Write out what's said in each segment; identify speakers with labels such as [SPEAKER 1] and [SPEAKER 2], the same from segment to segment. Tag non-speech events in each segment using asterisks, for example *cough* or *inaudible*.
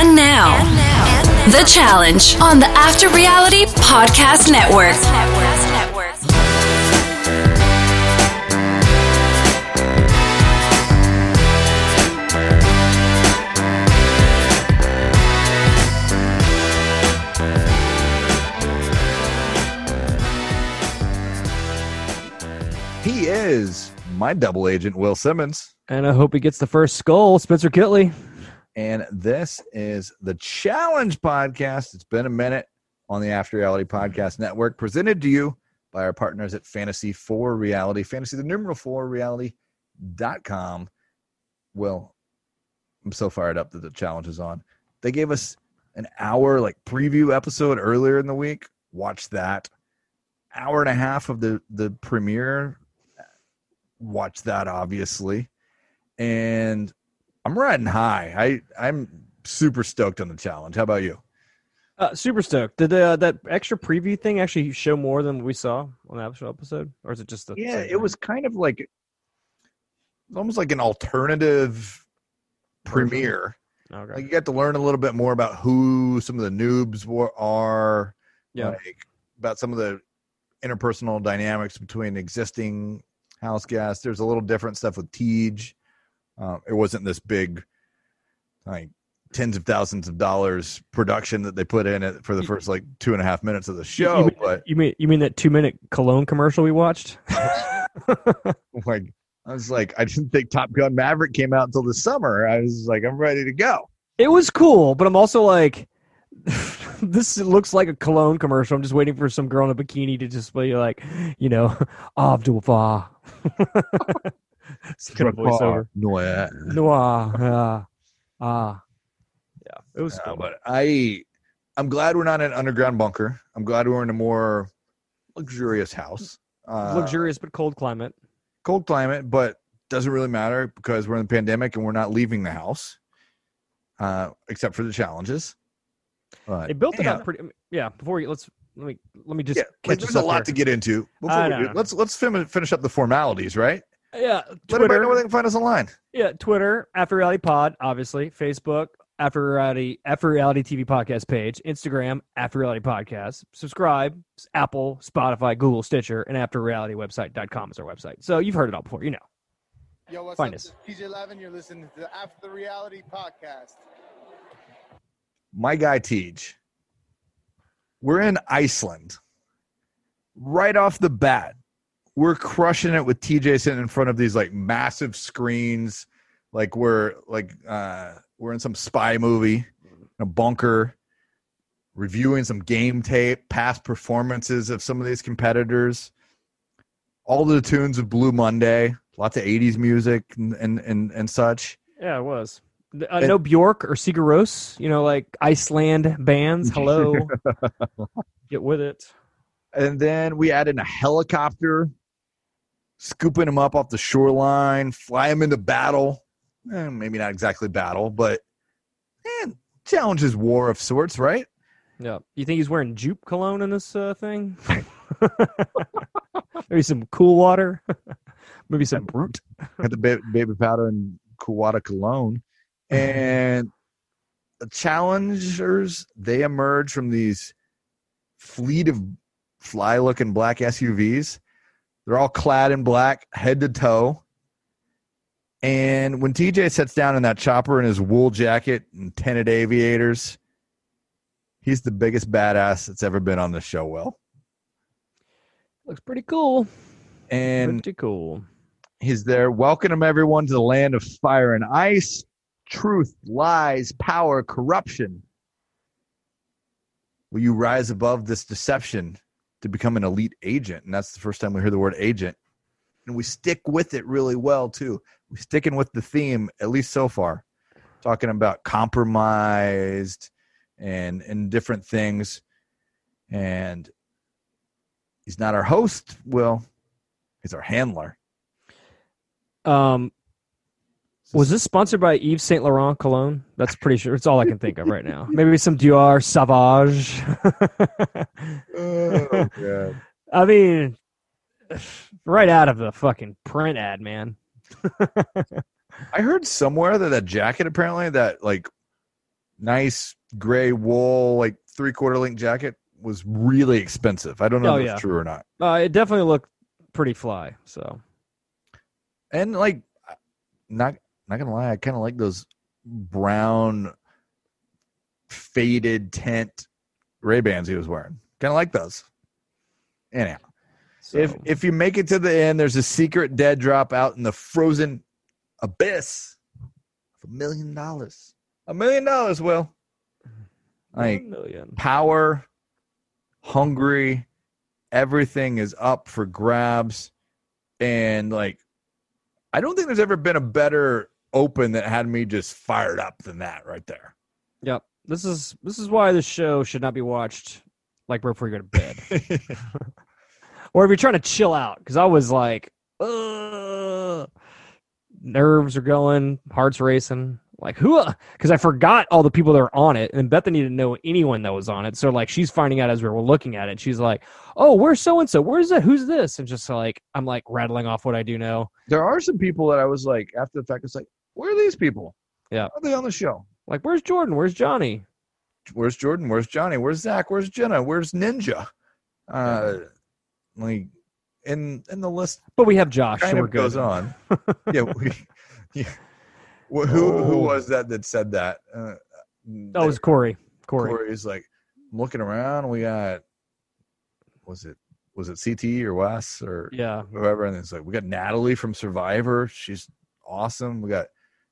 [SPEAKER 1] And now, the challenge on the After Reality Podcast Network.
[SPEAKER 2] He is my double agent, Will Simmons.
[SPEAKER 3] And I hope he gets the first skull, Spencer Kitley.
[SPEAKER 2] And this is the Challenge Podcast. It's been a minute on the After Reality Podcast Network, presented to you by our partners at Fantasy 4 Reality, Fantasy the numeral 4 Reality.com. Well, I'm so fired up that the challenge is on. They gave us an hour like preview episode earlier in the week. Watch that. Hour and a half of the the premiere. Watch that obviously. And I'm riding high. I I'm super stoked on the challenge. How about you?
[SPEAKER 3] Uh, super stoked. Did uh, that extra preview thing actually show more than what we saw on the actual episode? Or is it just the
[SPEAKER 2] Yeah,
[SPEAKER 3] same
[SPEAKER 2] it was kind of like almost like an alternative premiere.
[SPEAKER 3] thing? Okay.
[SPEAKER 2] Like you got to learn a little bit more about who some of the noobs were, are.
[SPEAKER 3] yeah.
[SPEAKER 2] like about some of the interpersonal dynamics between existing house guests. There's a little different stuff with Tej. Um, it wasn't this big, like tens of thousands of dollars production that they put in it
[SPEAKER 3] E
[SPEAKER 2] for the first like two and a half minutes of the
[SPEAKER 3] You-
[SPEAKER 2] show,
[SPEAKER 3] you mean,
[SPEAKER 2] but
[SPEAKER 3] you mean you mean that two minute cologne commercial we watched?
[SPEAKER 2] like I was like, I didn't think Top Gun Maverick came out until the summer. I was like, I'm ready to go.
[SPEAKER 3] *laughs* It was cool, but I'm also like, *laughs* this looks like a cologne commercial. I'm just waiting for some girl in a bikini to just be like, you know, *laughs* "Ah, Abdul *laughs* Fa. Some kind of voiceover.
[SPEAKER 2] No, yeah.
[SPEAKER 3] Noah. Ah. ah. Yeah. It was cool.
[SPEAKER 2] No, Uh, but I, I'm glad we're not in an underground bunker. I'm glad we're in a more luxurious house. Uh,
[SPEAKER 3] Luxurious but cold climate.
[SPEAKER 2] cold climate, but doesn't really matter because we're in the pandemic and we're not leaving the house, uh, except for the challenges. But,
[SPEAKER 3] It built it
[SPEAKER 2] yeah,
[SPEAKER 3] up pretty. Yeah. Before we let's let me let me just
[SPEAKER 2] Yeah,
[SPEAKER 3] catch
[SPEAKER 2] like,
[SPEAKER 3] us
[SPEAKER 2] there's a
[SPEAKER 3] up
[SPEAKER 2] lot to
[SPEAKER 3] here.
[SPEAKER 2] get into. Before
[SPEAKER 3] I
[SPEAKER 2] we
[SPEAKER 3] know.
[SPEAKER 2] do, let's let's fin- finish up the formalities, right?
[SPEAKER 3] Yeah.
[SPEAKER 2] Let everybody know where
[SPEAKER 3] Twitter.
[SPEAKER 2] they can find us online.
[SPEAKER 3] Yeah. Twitter after reality pod, obviously. Facebook after reality after reality TV podcast page. Instagram after reality podcast. Subscribe. It's Apple, Spotify, Google, Stitcher, and after reality website.com is our website. So you've heard it all before. You know.
[SPEAKER 4] Yo, what's
[SPEAKER 3] Find
[SPEAKER 4] up?
[SPEAKER 3] us.
[SPEAKER 4] This is PJ Lavin. You're listening to the After the Reality podcast.
[SPEAKER 2] my guy Tej, we're in Iceland. Right off the bat, we're crushing it with TJ sitting in front of these like massive screens, like we're like uh we're in some spy movie, in a bunker, reviewing some game tape, past performances of some of these competitors, all the tunes of Blue Monday, lots of '80s music and and and, and such.
[SPEAKER 3] Yeah, it was. Uh,
[SPEAKER 2] And-
[SPEAKER 3] no Bjork or Sigur Rós, you know, like Iceland bands. Hello,
[SPEAKER 2] *laughs*
[SPEAKER 3] get with it.
[SPEAKER 2] and then we add in a helicopter, scooping him up off the shoreline, fly him into battle. Eh, maybe not exactly battle, but eh, challenges war of sorts, right?
[SPEAKER 3] Yeah, you think he's wearing jupe cologne in this uh,
[SPEAKER 2] *laughs*
[SPEAKER 3] thing? Maybe some cool water. *laughs* Maybe some brute.
[SPEAKER 2] Got the ba- baby powder and Kuwata cologne, and the challengers they emerge from these fleet of fly-looking black SUVs. They're all clad in black, head to toe. And when TJ sits down in that chopper in his wool jacket and tinted aviators, he's the biggest badass that's ever been on the show. Well,
[SPEAKER 3] Looks pretty cool.
[SPEAKER 2] and
[SPEAKER 3] pretty cool.
[SPEAKER 2] He's there. Welcome everyone to the land of fire and ice, truth, lies, power, corruption. Will you rise above this deception to become an elite agent? And that's the first time we hear the word agent. And we stick with it really well too. We're sticking with the theme, at least so far. Talking about compromised and and different things. And he's not our host, Will. He's our handler.
[SPEAKER 3] Um, was this sponsored by Yves Saint Laurent cologne? That's pretty sure. It's all I can think of right
[SPEAKER 2] *laughs*
[SPEAKER 3] now. Maybe some Dior Sauvage. *laughs*
[SPEAKER 2] oh, God.
[SPEAKER 3] I mean, *sighs* right out of the fucking print ad, man.
[SPEAKER 2] I heard somewhere that that jacket apparently that like nice gray wool, like three quarter length jacket was really expensive. I don't know
[SPEAKER 3] Oh,
[SPEAKER 2] if
[SPEAKER 3] yeah.
[SPEAKER 2] it's true or not.
[SPEAKER 3] Uh, it definitely looked pretty fly. So
[SPEAKER 2] And like, not not gonna lie, I kind of like those brown faded tint Ray Bans he was wearing. Kind of like those. Anyhow.
[SPEAKER 3] so-
[SPEAKER 2] If if you make it to the end, there's a secret dead drop out in the frozen abyss of a million dollars. A million dollars, Will. Like
[SPEAKER 3] One million.
[SPEAKER 2] power, hungry, everything is up for grabs. And like I don't think there's ever been a better open that had me just fired up than that
[SPEAKER 3] *laughs*
[SPEAKER 2] right there.
[SPEAKER 3] Yep. This is this is why this show should not be watched like right before you go to bed, or if you're trying to chill out. Because I was like, Ugh. nerves are going, heart's racing. Like who? *laughs* Because I forgot all the people that were on it, and Bethany didn't know anyone that was on it. So like, she's finding out as we were looking at it. She's like, "Oh, where's so and so? Where's that? Who's this?" And just like, I'm like rattling off what I do know.
[SPEAKER 2] There are some people that I was like after the fact, it's like, where are these people?
[SPEAKER 3] Yeah.
[SPEAKER 2] Are they on the show?
[SPEAKER 3] Like, where's Jordan? Where's Johnny?
[SPEAKER 2] where's Jordan? Where's Johnny? Where's Zach? Where's Jenna? Where's Ninja? Uh, like, and and the list
[SPEAKER 3] But we have Josh.
[SPEAKER 2] kind
[SPEAKER 3] so we're
[SPEAKER 2] of
[SPEAKER 3] good. *laughs*
[SPEAKER 2] goes on. yeah, we, yeah. Wh- Who who
[SPEAKER 3] Oh.
[SPEAKER 2] was that that said that? Uh,
[SPEAKER 3] That was Corey. Corey.
[SPEAKER 2] Corey's like looking around. We got was it was it CT or Wes or
[SPEAKER 3] Yeah. *laughs*
[SPEAKER 2] whoever. And it's like, we got Natalie from Survivor. She's awesome. We got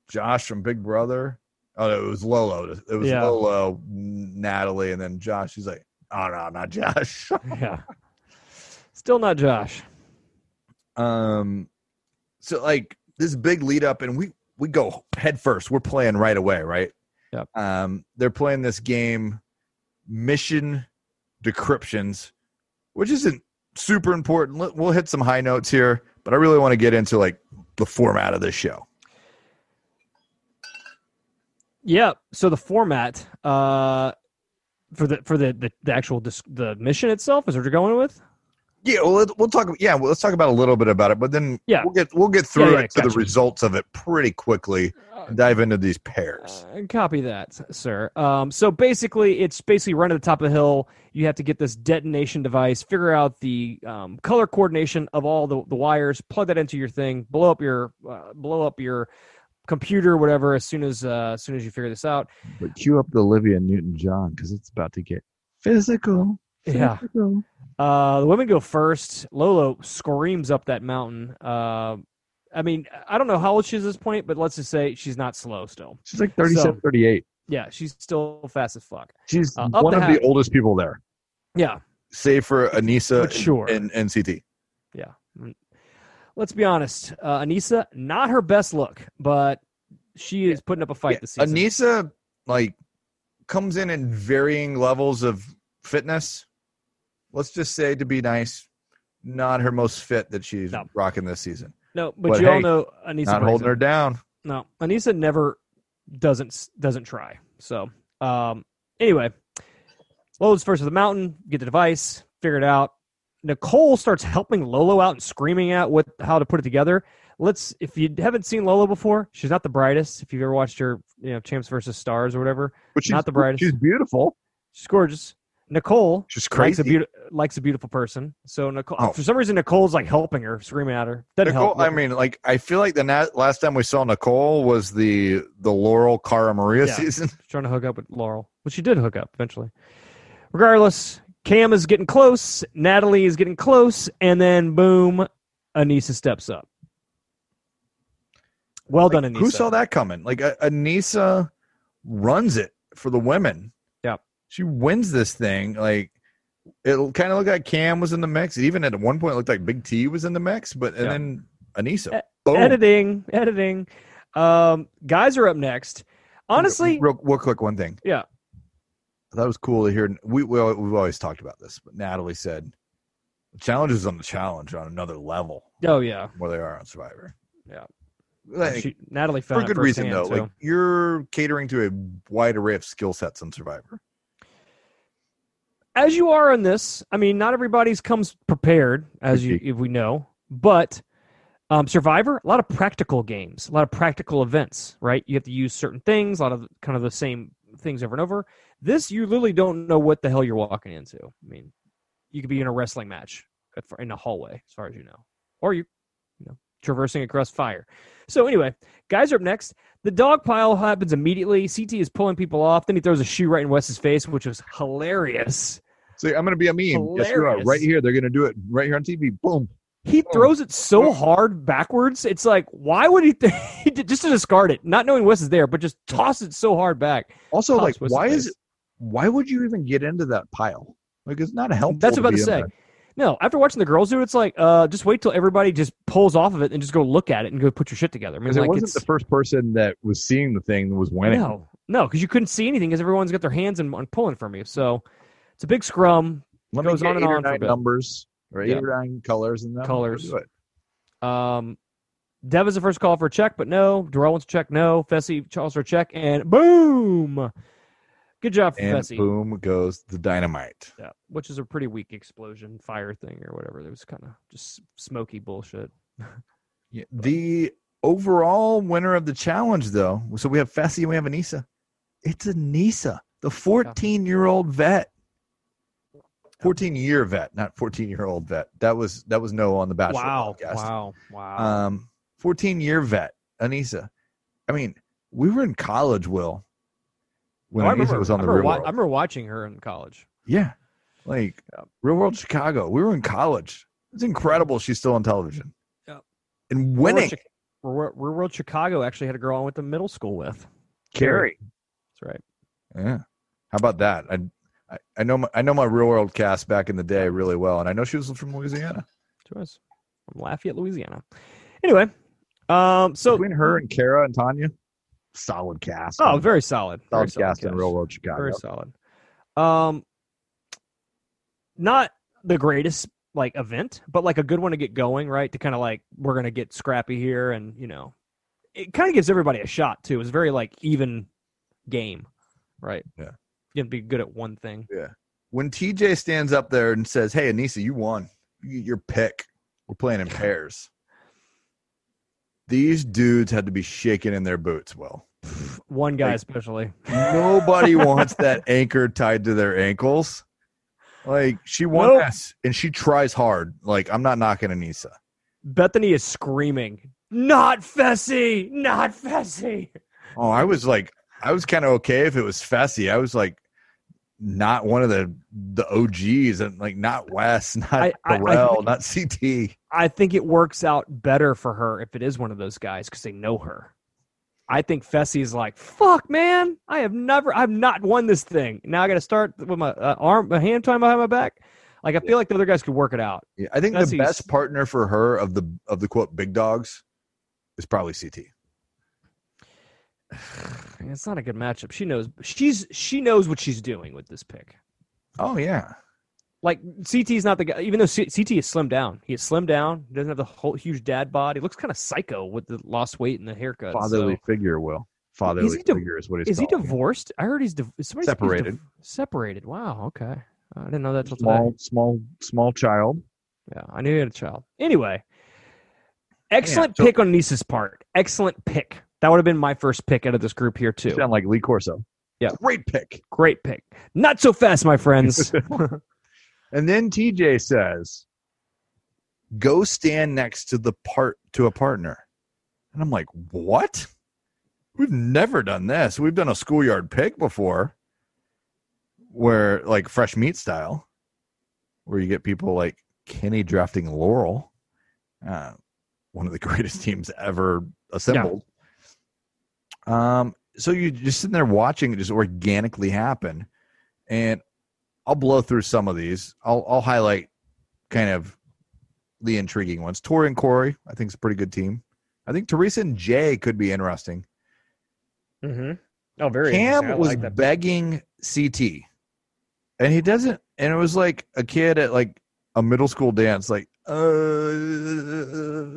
[SPEAKER 2] Josh from Big Brother. Oh, no, it was Lolo. It was
[SPEAKER 3] Yeah.
[SPEAKER 2] Lolo, Natalie, and then Josh. He's like, oh, no, not Josh. *laughs*
[SPEAKER 3] yeah. Still not Josh.
[SPEAKER 2] um, so, like, this big lead up, and we, we go head first. We're playing right away, right?
[SPEAKER 3] Yep.
[SPEAKER 2] Um, they're playing this game, Mission Decryptions, which isn't super important. Let- We'll hit some high notes here, but I really want to get into like the format of this show.
[SPEAKER 3] Yeah. So the format uh, for the for the the, the actual dis- the mission itself is what you're going with.
[SPEAKER 2] Yeah, well, let- we'll talk. Yeah, well, let's talk about a little bit about it, but then
[SPEAKER 3] Yeah.
[SPEAKER 2] we'll get we'll get
[SPEAKER 3] Yeah,
[SPEAKER 2] through
[SPEAKER 3] yeah,
[SPEAKER 2] it to the
[SPEAKER 3] gotcha.
[SPEAKER 2] results of it pretty quickly. and dive into these pairs.
[SPEAKER 3] Uh, copy that, sir. Um, so basically, it's basically run to the top of the hill. You have to get this detonation device, figure out the um, color coordination of all the, the wires, plug that into your thing, blow up your uh, blow up your computer, whatever. As soon as uh, as soon as you figure this out,
[SPEAKER 2] But cue up the Olivia Newton John because it's about to get physical.
[SPEAKER 3] yeah. Uh, the women go first. Lolo screams up that mountain. Uh, I mean, I don't know how old she is at this point, but let's just say she's not slow still.
[SPEAKER 2] she's like
[SPEAKER 3] 37,
[SPEAKER 2] 38.
[SPEAKER 3] Yeah, she's still fast as fuck.
[SPEAKER 2] She's
[SPEAKER 3] Uh, up
[SPEAKER 2] one
[SPEAKER 3] the
[SPEAKER 2] of
[SPEAKER 3] hat.
[SPEAKER 2] the oldest people there,
[SPEAKER 3] Yeah,
[SPEAKER 2] save for Anissa
[SPEAKER 3] Mature.
[SPEAKER 2] and, and CT.
[SPEAKER 3] let's be honest. Uh, Anissa, not her best look, but she is putting up a fight this
[SPEAKER 2] Yeah,
[SPEAKER 3] season.
[SPEAKER 2] Anissa like comes in in varying levels of fitness. Let's just say to be nice, not her most fit that she's
[SPEAKER 3] No.
[SPEAKER 2] rocking this season.
[SPEAKER 3] no, but,
[SPEAKER 2] but
[SPEAKER 3] you all
[SPEAKER 2] hey,
[SPEAKER 3] know Anissa.
[SPEAKER 2] not
[SPEAKER 3] breaks
[SPEAKER 2] holding
[SPEAKER 3] it.
[SPEAKER 2] her down.
[SPEAKER 3] No, Anissa never doesn't doesn't try. So, um, anyway, Lolo's first to the mountain. Get the device, figure it out. Nicole starts helping Lolo out and screaming out what how to put it together. Let's if you haven't seen Lolo before, she's not the brightest. If you've ever watched her, you know, Champs versus Stars or whatever,
[SPEAKER 2] But she's
[SPEAKER 3] Not the brightest.
[SPEAKER 2] She's beautiful.
[SPEAKER 3] she's gorgeous. Nicole
[SPEAKER 2] She's
[SPEAKER 3] likes a,
[SPEAKER 2] crazy.
[SPEAKER 3] beauti- likes a beautiful person. So Nicole,
[SPEAKER 2] Oh.
[SPEAKER 3] for some reason, Nicole's like helping her, screaming at her. Doesn't
[SPEAKER 2] Nicole,
[SPEAKER 3] help.
[SPEAKER 2] I mean, like I feel like the na- last time we saw Nicole was the the Laurel Cara Maria
[SPEAKER 3] Yeah.
[SPEAKER 2] season.
[SPEAKER 3] She's trying to hook up with Laurel, but she did hook up eventually. Regardless, Cam is getting close, Natalie is getting close, and then boom, Anissa steps up. Well
[SPEAKER 2] Like,
[SPEAKER 3] done, Anissa.
[SPEAKER 2] Who saw that coming? Like uh, Anissa runs it for the women.
[SPEAKER 3] Yeah.
[SPEAKER 2] she wins this thing. Like it kind of looked like Cam was in the mix. Even at one point, it looked like Big T was in the mix. But and
[SPEAKER 3] Yeah.
[SPEAKER 2] then Anissa,
[SPEAKER 3] E-
[SPEAKER 2] boom.
[SPEAKER 3] Editing, editing. Um, guys are up next. Honestly,
[SPEAKER 2] real, real quick, one thing.
[SPEAKER 3] Yeah.
[SPEAKER 2] that was cool to hear. We, we al- we've always talked about this, but Natalie said, "The challenge is on the challenge on another level."
[SPEAKER 3] oh yeah,
[SPEAKER 2] where they are on Survivor.
[SPEAKER 3] Yeah.
[SPEAKER 2] Like,
[SPEAKER 3] she, Natalie found
[SPEAKER 2] for
[SPEAKER 3] out
[SPEAKER 2] good reason though.
[SPEAKER 3] firsthand,
[SPEAKER 2] Like
[SPEAKER 3] too.
[SPEAKER 2] you're catering to a wide array of skill sets on Survivor.
[SPEAKER 3] as you are on this, I mean, not everybody's comes prepared, as you if we know, but um, Survivor, a lot of practical games, a lot of practical events, right? You have to use certain things, a lot of kind of the same things over and over. This, you literally don't know what the hell you're walking into. I mean, you could be in a wrestling match at- in a hallway, as far as you know, or you, you know, traversing across fire. So anyway, guys are up next. The dog pile happens immediately. CT is pulling people off. Then he throws a shoe right in Wes's face, which was hilarious.
[SPEAKER 2] See, I'm going to be a meme. Yes, you are.
[SPEAKER 3] Hilarious. Right
[SPEAKER 2] Right here. They're going to do it right here on TV. Boom.
[SPEAKER 3] He
[SPEAKER 2] Oh.
[SPEAKER 3] throws it so hard backwards. It's like, why would he? *laughs* Th- he did- just to discard it, not knowing Wes is there, but just toss it so hard back.
[SPEAKER 2] Also,
[SPEAKER 3] Toss
[SPEAKER 2] like,
[SPEAKER 3] Wes's
[SPEAKER 2] why is
[SPEAKER 3] face.
[SPEAKER 2] it? Why would you even get into that pile? Like, it's not helpful.
[SPEAKER 3] That's what I'm
[SPEAKER 2] be
[SPEAKER 3] about to say.
[SPEAKER 2] in there.
[SPEAKER 3] No, after watching the girls do it, it's like, uh, just wait till everybody just pulls off of it and just go look at it and go put your shit together. I mean,
[SPEAKER 2] Because it
[SPEAKER 3] like
[SPEAKER 2] wasn't
[SPEAKER 3] it's
[SPEAKER 2] the first person that was seeing the thing that was winning.
[SPEAKER 3] no, no, because you couldn't see anything because everyone's got their hands and, and pulling from you. So it's a big scrum.
[SPEAKER 2] Let
[SPEAKER 3] Goes
[SPEAKER 2] me get
[SPEAKER 3] on and
[SPEAKER 2] eight or
[SPEAKER 3] on for a
[SPEAKER 2] nine
[SPEAKER 3] bit.
[SPEAKER 2] numbers or eight
[SPEAKER 3] Yeah.
[SPEAKER 2] or nine colors and then we'll
[SPEAKER 3] Colors.
[SPEAKER 2] do it.
[SPEAKER 3] Um, Dev is the first call for a check, but no. Darrell wants a check, no. Fessy calls for a check, and boom! Good job,
[SPEAKER 2] And
[SPEAKER 3] Fessy.
[SPEAKER 2] boom goes the dynamite.
[SPEAKER 3] Yeah, which is a pretty weak explosion fire thing or whatever. It was kind of just smoky bullshit.
[SPEAKER 2] Yeah, The overall winner of the challenge, though, so we have Fessy and we have Anissa. It's Anissa, the 14 year old vet. 14 year vet, not 14 year old vet. That was that was no on the bachelor.
[SPEAKER 3] wow,
[SPEAKER 2] podcast.
[SPEAKER 3] wow, wow,
[SPEAKER 2] Um, 14 year vet, Anissa. I mean, we were in college, Will, when
[SPEAKER 3] Oh, I
[SPEAKER 2] Anissa
[SPEAKER 3] remember,
[SPEAKER 2] was on
[SPEAKER 3] I
[SPEAKER 2] the
[SPEAKER 3] remember
[SPEAKER 2] real
[SPEAKER 3] wa-
[SPEAKER 2] world.
[SPEAKER 3] I remember watching her in college.
[SPEAKER 2] Yeah. Like real world Chicago. We were in college. It's incredible she's still on television.
[SPEAKER 3] Yep.
[SPEAKER 2] And
[SPEAKER 3] Real World
[SPEAKER 2] winning.
[SPEAKER 3] Chi- Real World- Real World Chicago actually had a girl I went to middle school with.
[SPEAKER 2] Carrie.
[SPEAKER 3] That's right.
[SPEAKER 2] Yeah. How about that? I, I I know my I know my real world cast back in the day really well, and I know she was from Louisiana.
[SPEAKER 3] She was from Lafayette, Louisiana. Anyway, um, so
[SPEAKER 2] Between her and Kara and Tanya, solid cast.
[SPEAKER 3] oh, very solid, very
[SPEAKER 2] solid cast in
[SPEAKER 3] cast.
[SPEAKER 2] real world Chicago.
[SPEAKER 3] very solid. Um, not the greatest like event, but like a good one to get going, right? To kind of like we're gonna get scrappy here, and you know, it kind of gives everybody a shot too. It was very like even game, right?
[SPEAKER 2] Yeah.
[SPEAKER 3] you have to be good at one thing.
[SPEAKER 2] When TJ stands up there and says, "Hey, Anissa, you won. You get your pick. We're playing in pairs." These dudes had to be shaking in their boots. Well,
[SPEAKER 3] One guy
[SPEAKER 2] Like-
[SPEAKER 3] especially.
[SPEAKER 2] Nobody wants that anchor tied to their ankles. Like she won
[SPEAKER 3] Nope.
[SPEAKER 2] this, and she tries hard. Like I'm not knocking Anissa.
[SPEAKER 3] Bethany is screaming, "Not Fessy! Not Fessy!"
[SPEAKER 2] Oh, I was like, I was kind of okay if it was Fessy. I was like, not one of the the OGs, and like not Wes, *laughs* not
[SPEAKER 3] I- I- I
[SPEAKER 2] Burrell,
[SPEAKER 3] think-
[SPEAKER 2] not CT.
[SPEAKER 3] I think it works out better for her if it is one of those guys because they know her. I think Fessy's like, "Fuck, man! I have never, I've not won this thing. Now I got to start with my uh, arm, my hand tied behind my back. Like I feel like the other guys could work it out. *sighs*
[SPEAKER 2] Yeah, I think
[SPEAKER 3] Fessy's-
[SPEAKER 2] the best partner for her of the of the quote big dogs is probably CT.
[SPEAKER 3] It's not a good matchup. She knows. She's she knows what she's doing with this pick.
[SPEAKER 2] Oh yeah,
[SPEAKER 3] Like CT's not the guy. Even though C- CT is slimmed down, he is slimmed down. He doesn't have the whole huge dad body. Looks kind of psycho with the lost weight and the haircut.
[SPEAKER 2] fatherly
[SPEAKER 3] so-
[SPEAKER 2] figure. Will fatherly
[SPEAKER 3] div-
[SPEAKER 2] figure is what he's
[SPEAKER 3] Is he
[SPEAKER 2] called.
[SPEAKER 3] divorced? I heard he's div- somebody said he's
[SPEAKER 2] Separated.
[SPEAKER 3] div- separated. Wow. Okay. I didn't know that till today.
[SPEAKER 2] Small, small, small child.
[SPEAKER 3] Yeah, I knew he had a child. Anyway, excellent
[SPEAKER 2] so-
[SPEAKER 3] pick on Nisa's part. Excellent pick. That would have been my first pick out of this group here too.
[SPEAKER 2] You sound like Lee Corso.
[SPEAKER 3] Yeah.
[SPEAKER 2] Great pick.
[SPEAKER 3] Great pick. Not so fast, my friends.
[SPEAKER 2] And then TJ says, go stand next to the part to a partner. And I'm like, what? We've never done this. We've done a schoolyard pick before where like fresh meat style, where you get people like Kenny drafting Laurel, uh, one of the *laughs* greatest teams ever assembled. Um, so you just sitting there watching it just organically happen. And I'll blow through some of these. I'll I'll highlight kind of the intriguing ones. Tori and Corey, I think, is a pretty good team. I think Teresa and Jay could be interesting.
[SPEAKER 3] *laughs* mm-hmm. Oh, very.
[SPEAKER 2] Cam was begging CT, and he doesn't. And it was like a kid at like a middle school dance, like uh,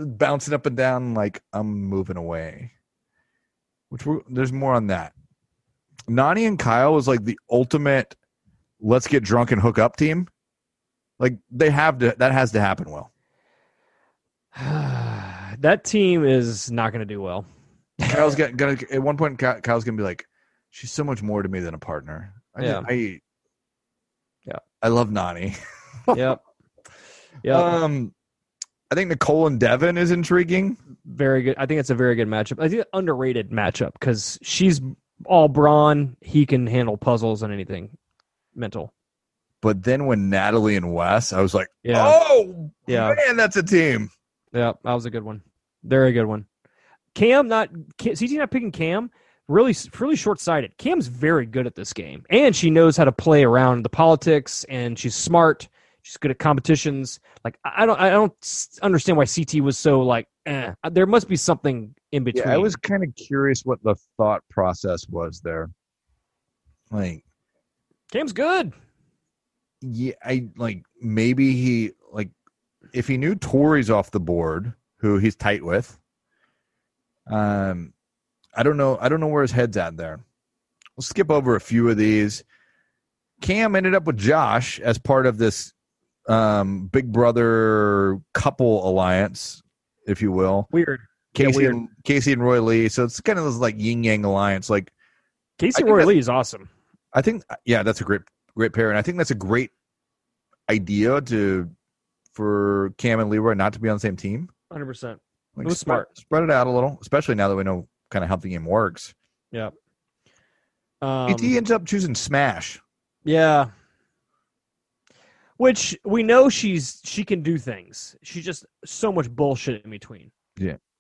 [SPEAKER 2] bouncing up and down, like I'm moving away. Which we're, there's more on that. Nani and Kyle was like the ultimate. Let's get drunk and hook up team. Like they have to. That has to happen. Well,
[SPEAKER 3] *sighs* that team is not going to do well.
[SPEAKER 2] Kyle's gonna, gonna at one point. Ky- Kyle's gonna be like, she's so much more to me than a partner. I
[SPEAKER 3] Yeah.
[SPEAKER 2] just, I
[SPEAKER 3] Yeah.
[SPEAKER 2] I love Nani.
[SPEAKER 3] Yep. *laughs* Yep.
[SPEAKER 2] Um I think Nicole and Devin is intriguing.
[SPEAKER 3] very good. I think it's a very good matchup. I think underrated matchup because she's all brawn. He can handle puzzles and anything mental.
[SPEAKER 2] But then when Natalie and Wes, I was like,
[SPEAKER 3] Yeah.
[SPEAKER 2] oh
[SPEAKER 3] Yeah.
[SPEAKER 2] man, that's a team.
[SPEAKER 3] Yeah, that was a good one. Very good one. Cam not Cam, CT not picking Cam. Really, really short sighted. Cam's very good at this game, and she knows how to play around the politics, and she's smart. She's good at competitions. Like I I don't, I don't s- understand why CT was so like. Eh. There must be something in between.
[SPEAKER 2] Yeah, I was kind of curious what the thought process was there. Like,
[SPEAKER 3] Cam's good.
[SPEAKER 2] yeah, I like maybe he like if he knew Tori's off the board, who he's tight with. Um, I don't know. I don't know where his head's at there. We'll skip over a few of these. Cam ended up with Josh as part of this um, Big Brother couple alliance, if you will.
[SPEAKER 3] Weird. Yeah,
[SPEAKER 2] Casey,
[SPEAKER 3] weird.
[SPEAKER 2] and, Casey and Roy Lee. So it's kind of this like yin yang alliance. Like
[SPEAKER 3] Casey
[SPEAKER 2] I think
[SPEAKER 3] Roy
[SPEAKER 2] that's-
[SPEAKER 3] Lee is awesome.
[SPEAKER 2] I think uh, yeah, that's a great great pair, and I think that's a great idea to for Cam and Leroy not to be on the same team.
[SPEAKER 3] Hundred percent.
[SPEAKER 2] Like,
[SPEAKER 3] It was
[SPEAKER 2] spread-
[SPEAKER 3] smart.
[SPEAKER 2] Spread it out a little, especially now that we know kind of how the game works.
[SPEAKER 3] Um,
[SPEAKER 2] ET ends up choosing Smash.
[SPEAKER 3] Yeah. Which we know she's she can do things. She's just so much bullshit in between.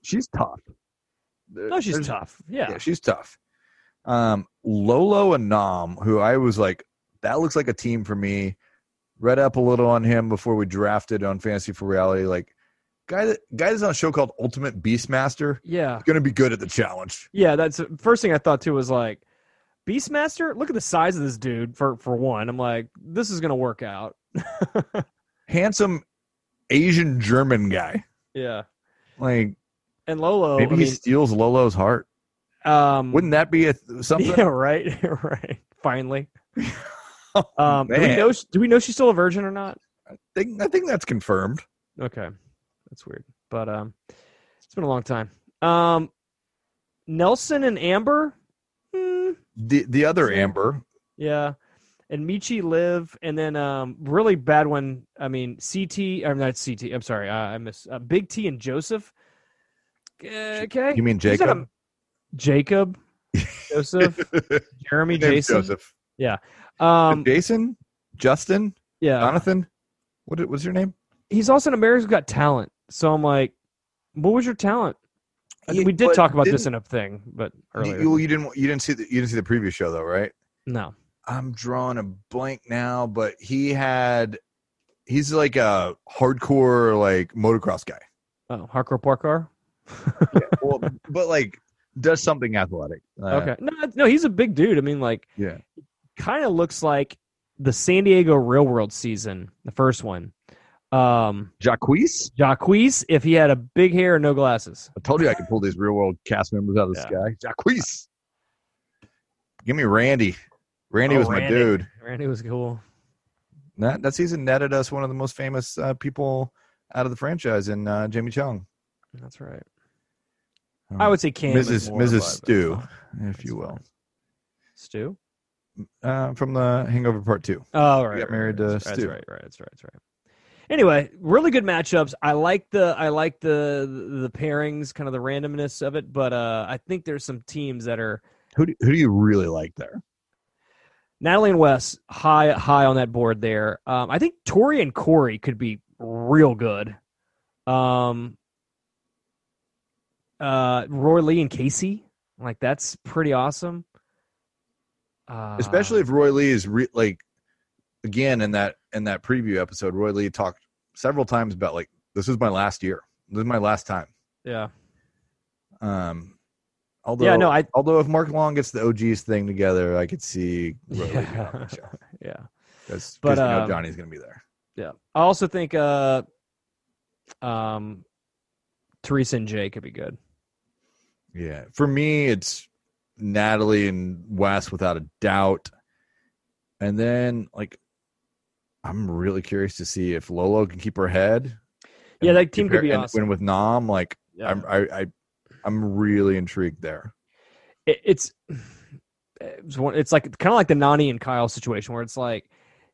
[SPEAKER 2] She's tough.
[SPEAKER 3] No, she's tough. Yeah.
[SPEAKER 2] Uh, Yeah, she's tough. Um, Lolo and Nom, who I was like, that looks like a team for me. Read up a little on him before we drafted on Fantasy for Reality. Like, guy that guy that's on a show called Ultimate Beastmaster.
[SPEAKER 3] yeah.
[SPEAKER 2] Going to be good at the challenge.
[SPEAKER 3] Yeah, that's first thing I thought too was like Beastmaster, look at the size of this dude for for one. I'm like, this is gonna work out.
[SPEAKER 2] Handsome Asian German guy.
[SPEAKER 3] Yeah.
[SPEAKER 2] Like
[SPEAKER 3] And Lolo
[SPEAKER 2] maybe
[SPEAKER 3] Oh, I
[SPEAKER 2] he
[SPEAKER 3] mean,
[SPEAKER 2] steals Lolo's heart.
[SPEAKER 3] um *laughs*
[SPEAKER 2] Wouldn't that be a th- something?
[SPEAKER 3] Yeah, right. *laughs* right.
[SPEAKER 2] *laughs*
[SPEAKER 3] Finally. Um do we
[SPEAKER 2] Oh, man.
[SPEAKER 3] know do we know she's still a virgin or not?
[SPEAKER 2] I think, I think that's confirmed.
[SPEAKER 3] Okay. That's weird. But um it's been a long time. Um Nelson and Amber? Hmm,
[SPEAKER 2] The the other
[SPEAKER 3] So-
[SPEAKER 2] Amber,
[SPEAKER 3] yeah. And Michi live and then um really bad one. I mean CT I'm not CT. I'm sorry. Uh, I miss uh, Big T and Joseph. Uh, Okay.
[SPEAKER 2] you mean
[SPEAKER 3] Is that
[SPEAKER 2] Jacob?
[SPEAKER 3] a-
[SPEAKER 2] *laughs*
[SPEAKER 3] Jacob Joseph Jeremy
[SPEAKER 2] Name's
[SPEAKER 3] Jason.
[SPEAKER 2] Joseph.
[SPEAKER 3] Um
[SPEAKER 2] Jason, Justin,
[SPEAKER 3] yeah.
[SPEAKER 2] Jonathan. What i- what's your name?
[SPEAKER 3] He's also an America's Got Talent. So I'm like what was your talent?
[SPEAKER 2] You-
[SPEAKER 3] we did
[SPEAKER 2] but
[SPEAKER 3] talk about this in
[SPEAKER 2] didn't-
[SPEAKER 3] a thing, but earlier.
[SPEAKER 2] You, you didn't you didn't see the you didn't see the previous show though, right?
[SPEAKER 3] no.
[SPEAKER 2] I'm drawing a blank now, but he had he's like a hardcore like motocross
[SPEAKER 3] *laughs*
[SPEAKER 2] guy.
[SPEAKER 3] Oh, hardcore parkour.
[SPEAKER 2] well, but like does something athletic. Uh,
[SPEAKER 3] okay. No, no, he's a big dude. I mean, like,
[SPEAKER 2] Yeah.
[SPEAKER 3] kind of looks like the San Diego Real World season, the first one. Um,
[SPEAKER 2] Jacquees.
[SPEAKER 3] Jacquees, if he had a big hair and no glasses.
[SPEAKER 2] I told you I could *laughs* pull these real world cast members out of the sky. Jacquees. Give me Randy. Randy
[SPEAKER 3] Oh,
[SPEAKER 2] was
[SPEAKER 3] Randy.
[SPEAKER 2] my dude.
[SPEAKER 3] Randy was cool.
[SPEAKER 2] That that season netted us one of the most famous uh, people out of the franchise in uh, Jamie Chung.
[SPEAKER 3] That's right.
[SPEAKER 2] Um,
[SPEAKER 3] I would say Cam. is
[SPEAKER 2] Mrs.
[SPEAKER 3] more
[SPEAKER 2] Mrs.
[SPEAKER 3] of a-
[SPEAKER 2] Stu, um, if
[SPEAKER 3] That's *laughs*
[SPEAKER 2] you will,
[SPEAKER 3] fine. Stu.
[SPEAKER 2] uh, from the Hangover Part Two.
[SPEAKER 3] Oh, right.
[SPEAKER 2] got
[SPEAKER 3] right,
[SPEAKER 2] married
[SPEAKER 3] right,
[SPEAKER 2] to
[SPEAKER 3] that's,
[SPEAKER 2] Stu.
[SPEAKER 3] That's right. Right. That's right. That's right. Anyway, really good matchups. I like the I like the the pairings, kind of the randomness of it, but uh, I think there's some teams that are
[SPEAKER 2] Who do, who do you really like there?
[SPEAKER 3] Natalie and Wes high high on that board there. Um, I think Tori and Corey could be real good. Um, uh, Roy Lee and Casey, like that's pretty awesome. Uh,
[SPEAKER 2] Especially if Roy Lee is re- like again in that in that preview episode, Roy Lee talked several times about like this is my last year. This is my last time.
[SPEAKER 3] yeah,
[SPEAKER 2] Um, although,
[SPEAKER 3] yeah, no, I
[SPEAKER 2] although if Mark Long gets the OGs thing together, I could see Roy Lee being
[SPEAKER 3] Yeah.
[SPEAKER 2] on the show
[SPEAKER 3] yeah.
[SPEAKER 2] because
[SPEAKER 3] But,
[SPEAKER 2] you know
[SPEAKER 3] um,
[SPEAKER 2] Johnny's gonna be there.
[SPEAKER 3] Yeah. I also think uh um Teresa and Jay could be good.
[SPEAKER 2] Yeah, for me, it's Natalie and Wes without a doubt, and then like I'm really curious to see if Lolo can keep her head.
[SPEAKER 3] Yeah,
[SPEAKER 2] and
[SPEAKER 3] that team could
[SPEAKER 2] compare-
[SPEAKER 3] be
[SPEAKER 2] and
[SPEAKER 3] awesome.
[SPEAKER 2] Win with Nom, like I'm, I, I, I'm really intrigued there.
[SPEAKER 3] It, it's it's one- it's like kind of like the Nani and Kyle situation where it's like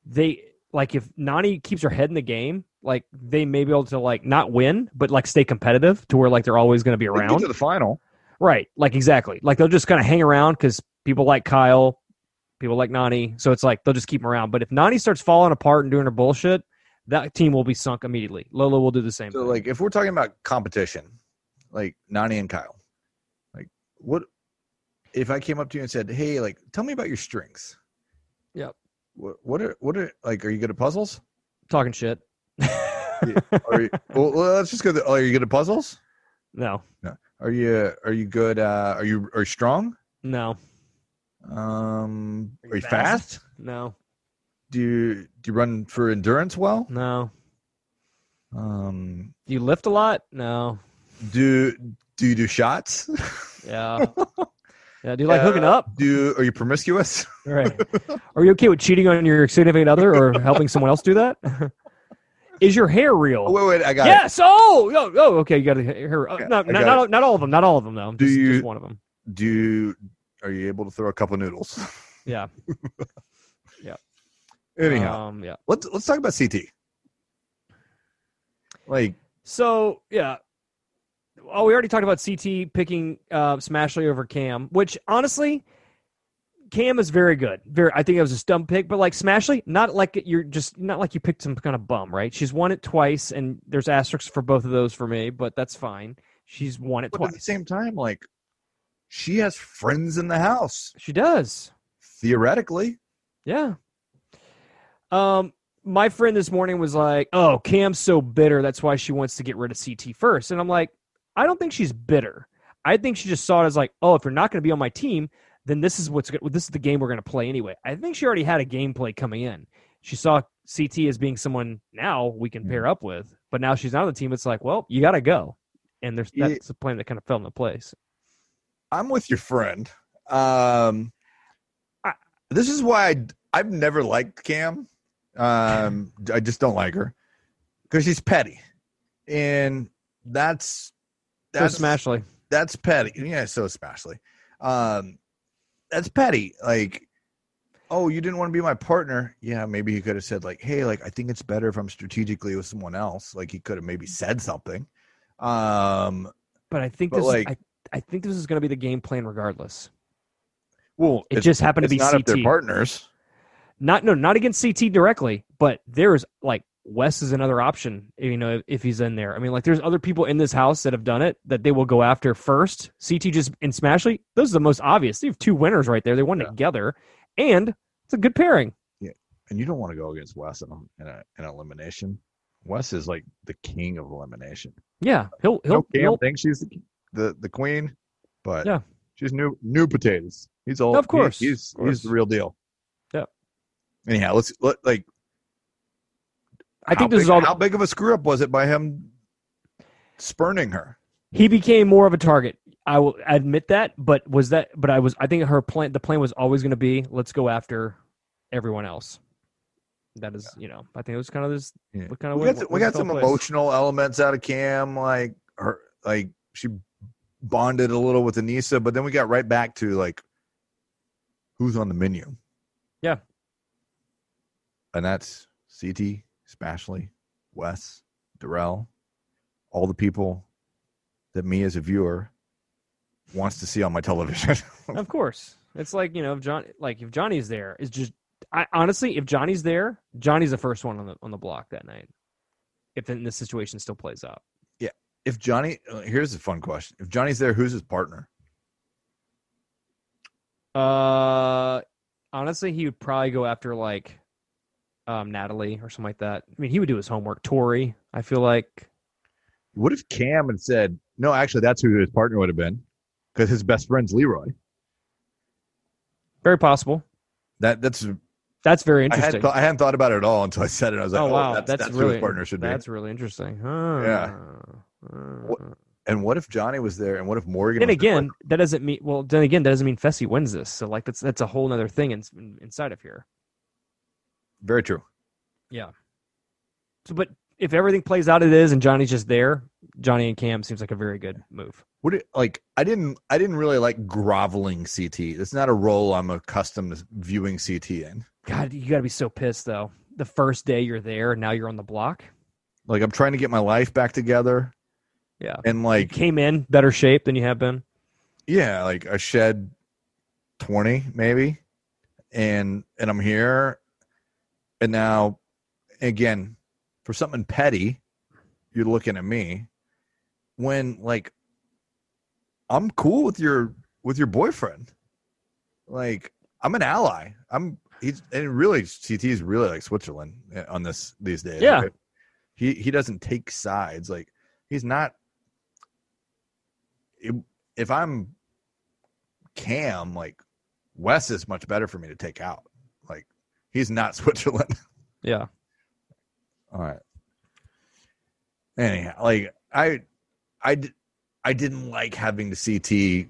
[SPEAKER 3] they like if Nani keeps her head in the game, like they may be able to like not win, but like stay competitive to where like they're always going to be
[SPEAKER 2] They can get
[SPEAKER 3] around.
[SPEAKER 2] to the final.
[SPEAKER 3] Right. Like exactly. Like they'll just kind of hang around because people like Kyle, people like Nani. So it's like they'll just keep 'em around. But if Nani starts falling apart and doing her bullshit, that team will be sunk immediately. Lola will do the same.
[SPEAKER 2] So,
[SPEAKER 3] thing.
[SPEAKER 2] like, if we're talking about competition, like Nani and Kyle, like, what if I came up to you and said, "Hey, like, tell me about your strengths."
[SPEAKER 3] Yep.
[SPEAKER 2] What, what are what are like? Are you good at puzzles?
[SPEAKER 3] Talking shit.
[SPEAKER 2] Are you, well, well, let's just go. To, are you good at puzzles?
[SPEAKER 3] *laughs* no.
[SPEAKER 2] Are you are you good? Uh, are you are you strong?
[SPEAKER 3] No.
[SPEAKER 2] Um,
[SPEAKER 3] Are you
[SPEAKER 2] are you
[SPEAKER 3] fast?
[SPEAKER 2] fast?
[SPEAKER 3] No.
[SPEAKER 2] Do you do you run for endurance well?
[SPEAKER 3] No. Hmm.
[SPEAKER 2] Um,
[SPEAKER 3] Do you lift a lot? No.
[SPEAKER 2] do do you do shots?
[SPEAKER 3] *laughs* Yeah. Yeah, do you like hooking
[SPEAKER 2] Uh,
[SPEAKER 3] up?
[SPEAKER 2] Do are you promiscuous? *laughs*
[SPEAKER 3] Right. Are you okay with cheating on your significant other or helping someone else do that? *laughs* Is your hair real?
[SPEAKER 2] Oh, wait, wait, I got it.
[SPEAKER 3] Yes. Oh, oh, oh, okay. You got to hear. Uh,
[SPEAKER 2] Yeah,
[SPEAKER 3] no,
[SPEAKER 2] I
[SPEAKER 3] not,
[SPEAKER 2] got
[SPEAKER 3] not, all- not all of them. Not all of them, though.
[SPEAKER 2] Do
[SPEAKER 3] just,
[SPEAKER 2] you-
[SPEAKER 3] just one of them.
[SPEAKER 2] do you, are you able to throw a couple noodles? *laughs*
[SPEAKER 3] Yeah.
[SPEAKER 2] Anyhow,
[SPEAKER 3] Um, yeah.
[SPEAKER 2] let's let's talk about CT. Like
[SPEAKER 3] So, yeah. Oh, we already talked about CT picking uh, Smashley over Cam, which honestly, Cam is very good. Very, I think it was a stump pick, but like Smashley, not like you're just not like you picked some kind of bum, right? She's won it twice, and there's asterisks for both of those for me, but that's fine. She's won it
[SPEAKER 2] but at the
[SPEAKER 3] twice.
[SPEAKER 2] same time, like she has friends in the house
[SPEAKER 3] She does.
[SPEAKER 2] theoretically.
[SPEAKER 3] Yeah. Um, my friend this morning was like, "Oh, Cam's so bitter. That's why she wants to get rid of CT first. And I'm like, "I don't think she's bitter. I think she just saw it as like, oh, if you're not going to be on my team, then this is what's go- this is the game we're going to play anyway. I think she already had a gameplay coming in. She saw CT as being someone now we can
[SPEAKER 2] Mm-hmm.
[SPEAKER 3] pair up with, but now she's not on the team. It's like, well, you got to go. And there's
[SPEAKER 2] Yeah.
[SPEAKER 3] that's the plan that kind of fell into place.
[SPEAKER 2] I'm with your friend. Um, I- this is why I, I've never liked Cam. Um, I just don't like her because she's petty, and that's
[SPEAKER 3] So
[SPEAKER 2] that's
[SPEAKER 3] Smashly,
[SPEAKER 2] that's petty. Yeah, so especially, um, that's petty. Like, oh, you didn't want to be my partner. Yeah, maybe he could have said like, hey, like I think it's better if I'm strategically with someone else. Like he could have maybe said something. Um,
[SPEAKER 3] but I think
[SPEAKER 2] But
[SPEAKER 3] this
[SPEAKER 2] like-
[SPEAKER 3] is, I, I think this is going to be the game plan regardless.
[SPEAKER 2] well,
[SPEAKER 3] It
[SPEAKER 2] it's-
[SPEAKER 3] just happened to
[SPEAKER 2] it's
[SPEAKER 3] be
[SPEAKER 2] not if they're
[SPEAKER 3] CT.
[SPEAKER 2] partners.
[SPEAKER 3] not no, not against CT directly, but there's like Wes is another option. You know, if, if he's in there, I mean, like there's other people in this house that have done it that they will go after first. CT just and Smashley, those are the most obvious. They have two winners right there. They won
[SPEAKER 2] Yeah.
[SPEAKER 3] together, and it's a good pairing.
[SPEAKER 2] and you don't want to go against Wes in, a, in, a, in elimination. Wes is like the king of elimination.
[SPEAKER 3] Yeah, he'll
[SPEAKER 2] No
[SPEAKER 3] he'll,
[SPEAKER 2] Cam
[SPEAKER 3] he'll
[SPEAKER 2] thinks she's the, the the queen, but
[SPEAKER 3] Yeah.
[SPEAKER 2] she's new new potatoes. He's all
[SPEAKER 3] Of course,
[SPEAKER 2] he- he's
[SPEAKER 3] of course.
[SPEAKER 2] he's the real deal.
[SPEAKER 3] Yeah.
[SPEAKER 2] Anyhow, let's let like.
[SPEAKER 3] I
[SPEAKER 2] how
[SPEAKER 3] think this
[SPEAKER 2] big-
[SPEAKER 3] is all.
[SPEAKER 2] How big of a screw up was it by him spurning her?
[SPEAKER 3] he became more of a target. I will admit that, but was that? But I was. I think her plan. The plan was always going to be let's go after everyone else. That is, you know, I think it was kind of this.
[SPEAKER 2] Yeah.
[SPEAKER 3] What kind of
[SPEAKER 2] We got, we got some emotional elements out of Cam, like her, like she bonded a little with Anissa, but then we got right back to like who's on the menu.
[SPEAKER 3] Yeah.
[SPEAKER 2] and that's CT, Smashley, Wes, Darrell, all the people that me as a viewer wants to see on my television.
[SPEAKER 3] Of course. It's like, you know, if John like if Johnny's there, it's just I honestly, if Johnny's there, Johnny's the first one on the on the block that night. If then this situation still plays out.
[SPEAKER 2] if Johnny, uh, here's a fun question: If Johnny's there, who's his partner?
[SPEAKER 3] Uh honestly, he would probably go after like um Natalie or something like that. I mean, he would do his homework. Tori, I feel like
[SPEAKER 2] What if Cam had said, no, actually, that's who his partner would have been because his best friend's Leroy.
[SPEAKER 3] very possible.
[SPEAKER 2] That that's
[SPEAKER 3] That's very
[SPEAKER 2] I
[SPEAKER 3] interesting.
[SPEAKER 2] hadn't, thought, I hadn't thought about it at all until I said it. I was like,
[SPEAKER 3] oh
[SPEAKER 2] oh,
[SPEAKER 3] wow,
[SPEAKER 2] that's,
[SPEAKER 3] that's,
[SPEAKER 2] that's, who
[SPEAKER 3] really
[SPEAKER 2] his partner should be.
[SPEAKER 3] That's really interesting. Huh. Uh,
[SPEAKER 2] What- And what if Johnny was there? And what if Morgan?
[SPEAKER 3] then
[SPEAKER 2] was there?
[SPEAKER 3] again, that doesn't mean well. Then again, that doesn't mean Fessy wins this. So like that's that's a whole other thing in, inside of here.
[SPEAKER 2] very true.
[SPEAKER 3] So, but if everything plays out it is and Johnny's just there, Johnny and Cam seems like a very good move.
[SPEAKER 2] What do, like I didn't I didn't really like groveling CT. It's not a role I'm accustomed to viewing CT in.
[SPEAKER 3] God, you got to be so pissed though. The first day you're there, and now you're on the block.
[SPEAKER 2] Like I'm trying to get my life back together.
[SPEAKER 3] Yeah.
[SPEAKER 2] And
[SPEAKER 3] You
[SPEAKER 2] like
[SPEAKER 3] came in better shape than you have been.
[SPEAKER 2] yeah, like I shed twenty maybe, and and I'm here, and now again for something petty, you're looking at me when like I'm cool with your with your boyfriend, like I'm an ally. I'm he's and really CT is really like Switzerland eh, on this these days.
[SPEAKER 3] Yeah.
[SPEAKER 2] right? he he doesn't take sides. Like he's not. If- If I'm Cam, like Wes is much better for me to take out. Like he's not *laughs* Switzerland.
[SPEAKER 3] Yeah.
[SPEAKER 2] All right. Anyhow, like I, I, d- I didn't like having the CT.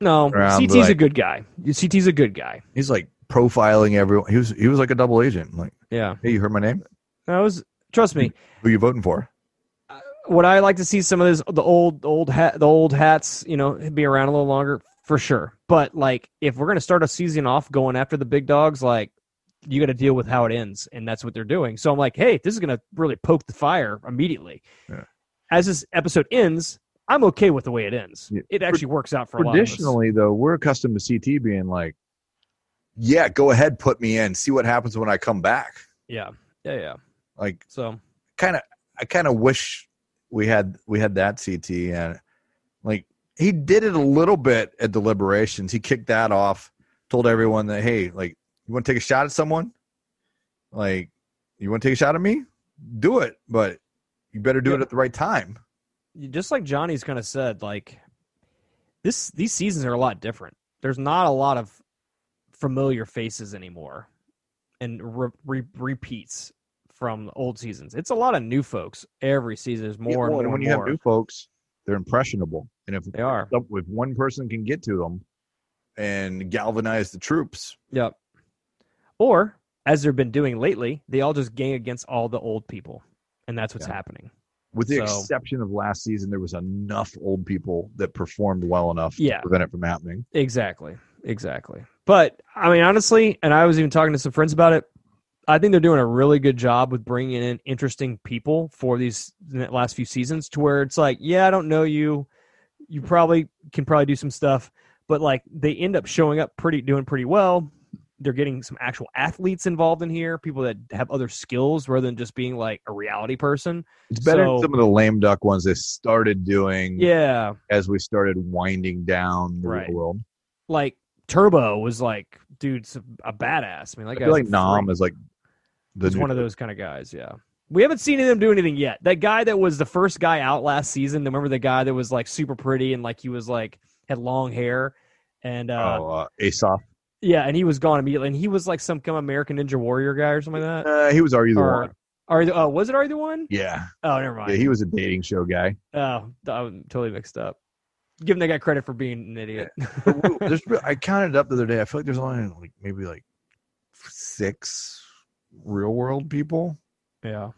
[SPEAKER 3] No,
[SPEAKER 2] Around,
[SPEAKER 3] CT's a
[SPEAKER 2] like-
[SPEAKER 3] good guy. CT's a good guy.
[SPEAKER 2] He's like profiling everyone. He was he was like a double agent. Like,
[SPEAKER 3] Yeah.
[SPEAKER 2] hey, you heard my name?
[SPEAKER 3] That was trust me.
[SPEAKER 2] Who you voting for?
[SPEAKER 3] Would I like to see some of this the old old hat the old hats, you know, be around a little longer for sure. But like if we're going to start a season off going after the big dogs like you got to deal with how it ends and that's what they're doing. So I'm like, "Hey, this is going to really poke the fire immediately."
[SPEAKER 2] Yeah.
[SPEAKER 3] As this episode ends, I'm okay with the way it ends.
[SPEAKER 2] Yeah.
[SPEAKER 3] It actually works out for a lot of us.
[SPEAKER 2] Traditionally, though, we're accustomed to CT being like, yeah, go ahead, put me in, see what happens when I come back.
[SPEAKER 3] Yeah. Yeah, yeah.
[SPEAKER 2] Like,
[SPEAKER 3] So,
[SPEAKER 2] kind of, I kind of wish we had we had that CT and like he did it a little bit at deliberations. He kicked that off, told everyone that hey, like you want to take a shot at someone, like you want to take a shot at me, do it, but you better do
[SPEAKER 3] Yeah.
[SPEAKER 2] it at the right time.
[SPEAKER 3] you- just like Johnny's kind of said, like this these seasons are a lot different. There's not a lot of familiar faces anymore, and re- re- repeats from old seasons. It's a lot of new folks every season. There's more and more.
[SPEAKER 2] and when
[SPEAKER 3] and
[SPEAKER 2] you
[SPEAKER 3] more.
[SPEAKER 2] have new folks, they're impressionable, and if
[SPEAKER 3] they are.
[SPEAKER 2] up if one person can get to them and galvanize the troops.
[SPEAKER 3] Yep. Or as they've been doing lately, they all just gang against all the old people, and that's what's
[SPEAKER 2] Yeah.
[SPEAKER 3] happening.
[SPEAKER 2] With the
[SPEAKER 3] So-
[SPEAKER 2] exception of last season, there was enough old people that performed well enough
[SPEAKER 3] Yeah.
[SPEAKER 2] to prevent it from happening.
[SPEAKER 3] Exactly. Exactly. But I mean, honestly, and I was even talking to some friends about it. I think they're doing a really good job with bringing in interesting people for these n- last few seasons to where it's like, yeah, I don't know you. You probably can probably do some stuff, but like they end up showing up pretty, doing pretty well. They're getting some actual athletes involved in here, people that have other skills rather than just being like a reality person.
[SPEAKER 2] It's better
[SPEAKER 3] So-
[SPEAKER 2] than some of the lame duck ones they started doing
[SPEAKER 3] Yeah.
[SPEAKER 2] as we started winding down the real
[SPEAKER 3] Right.
[SPEAKER 2] world.
[SPEAKER 3] Like Turbo was like, dude's a badass. I mean, that
[SPEAKER 2] I
[SPEAKER 3] guy's
[SPEAKER 2] feel like
[SPEAKER 3] a
[SPEAKER 2] Nom
[SPEAKER 3] freak.
[SPEAKER 2] is like the
[SPEAKER 3] He's
[SPEAKER 2] new-
[SPEAKER 3] one of those kind of guys, yeah. We haven't seen him do anything yet. That guy that was the first guy out last season. Remember the guy that was like super pretty and like he was like had long hair and uh
[SPEAKER 2] oh, uh, Aesop.
[SPEAKER 3] yeah, and he was gone immediately. And he was like some kind of American Ninja Warrior guy or something like that.
[SPEAKER 2] Uh, he was already the
[SPEAKER 3] Or-
[SPEAKER 2] one.
[SPEAKER 3] Are the, uh, was it already the one?
[SPEAKER 2] Yeah.
[SPEAKER 3] Oh, never mind.
[SPEAKER 2] yeah, he was a dating show guy.
[SPEAKER 3] oh, I'm totally mixed up. Giving that guy credit for being an idiot.
[SPEAKER 2] But there's, re- I counted up the other day. I feel like there's only like maybe like six real world people.
[SPEAKER 3] *laughs* yeah.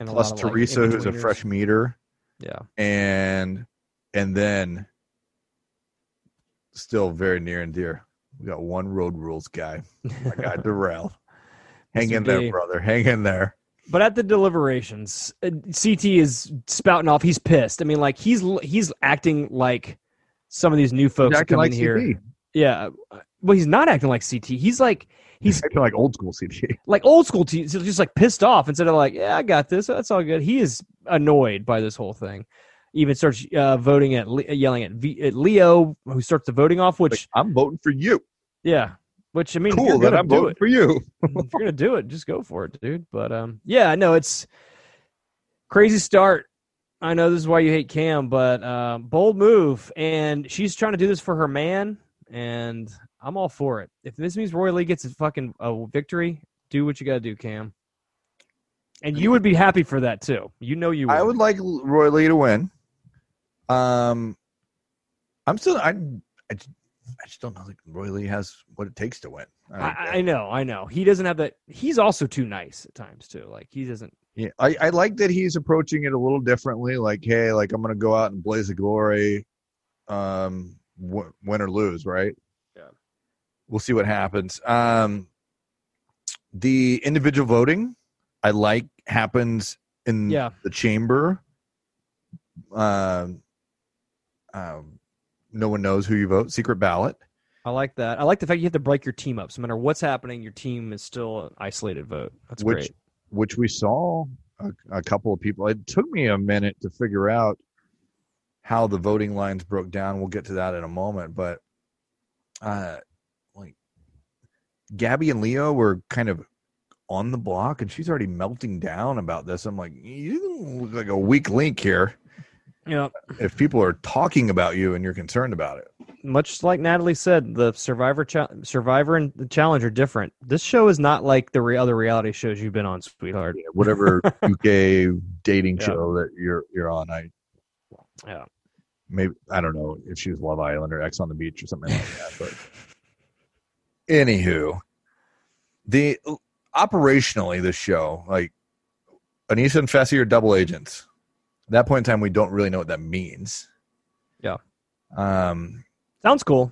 [SPEAKER 3] And a
[SPEAKER 2] plus
[SPEAKER 3] lot of, like,
[SPEAKER 2] Teresa, who's a
[SPEAKER 3] in-betweeners.
[SPEAKER 2] fresh meter,
[SPEAKER 3] Yeah.
[SPEAKER 2] and and then still very near and dear. We got one road rules guy. I
[SPEAKER 3] *laughs*
[SPEAKER 2] got Darrell. Hang
[SPEAKER 3] Mr.
[SPEAKER 2] in
[SPEAKER 3] D.
[SPEAKER 2] there, brother. Hang in there.
[SPEAKER 3] But at the deliberations, uh, CT is spouting off. He's pissed. I mean, like he's he's acting like some of these new folks
[SPEAKER 2] He's
[SPEAKER 3] that
[SPEAKER 2] acting
[SPEAKER 3] come
[SPEAKER 2] like
[SPEAKER 3] in here.
[SPEAKER 2] CT.
[SPEAKER 3] Yeah, uh, well, he's not acting like CT. He's like
[SPEAKER 2] He's
[SPEAKER 3] he's
[SPEAKER 2] acting like old
[SPEAKER 3] *laughs*
[SPEAKER 2] school CT.
[SPEAKER 3] like old school. T- so just like pissed off instead of like, yeah, I got this. That's all good. He is annoyed by this whole thing. Even starts uh, voting at Le- yelling at, v- at Leo, who starts the voting off. Which
[SPEAKER 2] Like, I'm voting for you.
[SPEAKER 3] yeah, which I mean,
[SPEAKER 2] Cool
[SPEAKER 3] you're
[SPEAKER 2] that
[SPEAKER 3] gonna
[SPEAKER 2] I'm
[SPEAKER 3] do
[SPEAKER 2] voting
[SPEAKER 3] it.
[SPEAKER 2] for you.
[SPEAKER 3] if you're gonna do it, just go for it, dude. But um, yeah, I know it's crazy start. I know this is why you hate Cam, but uh, bold move, and she's trying to do this for her man, and I'm all for it. If this means Roy Lee gets a fucking a victory, do what you gotta do, Cam. And you would be happy for that too. You know you. Would.
[SPEAKER 2] I would like Roy Lee to win. Um, I'm still I. I just- I just don't know. Like Roy Lee has what it takes to win. I don't
[SPEAKER 3] I,
[SPEAKER 2] get it.
[SPEAKER 3] I know. I know. He doesn't have that. He's also too nice at times too. Like he doesn't.
[SPEAKER 2] Yeah, I, I like that he's approaching it a little differently. Like, hey, like I'm gonna go out and blaze the glory, um, w- win or lose, right?
[SPEAKER 3] Yeah.
[SPEAKER 2] We'll see what happens. Um, the individual voting, I like happens in
[SPEAKER 3] Yeah.
[SPEAKER 2] the chamber. Um, um, no one knows who you vote. Secret ballot.
[SPEAKER 3] I like that. I like the fact you have to break your team up. So no matter what's happening, your team is still an isolated vote. That's
[SPEAKER 2] which
[SPEAKER 3] great.
[SPEAKER 2] which we saw a, a couple of people. It took me a minute to figure out how the voting lines broke down. We'll get to that in a moment, but uh, like Gabby and Leo were kind of on the block, and she's already melting down about this. I'm like, you look like a weak link here.
[SPEAKER 3] Yeah.
[SPEAKER 2] If people are talking about you and you're concerned about it,
[SPEAKER 3] Much like Natalie said, the Survivor cha- Survivor and the Challenge are different. This show is not like the re- other reality shows you've been on, sweetheart.
[SPEAKER 2] whatever
[SPEAKER 3] *laughs*
[SPEAKER 2] UK dating
[SPEAKER 3] Yeah.
[SPEAKER 2] show that you're you're on, I
[SPEAKER 3] Yeah.
[SPEAKER 2] maybe I don't know if she was Love Island or X on the Beach or something like that. But anywho, the operationally the show like Anissa and Fessy are double agents. At that point in time, we don't really know what that means.
[SPEAKER 3] Yeah.
[SPEAKER 2] Um,
[SPEAKER 3] Sounds cool.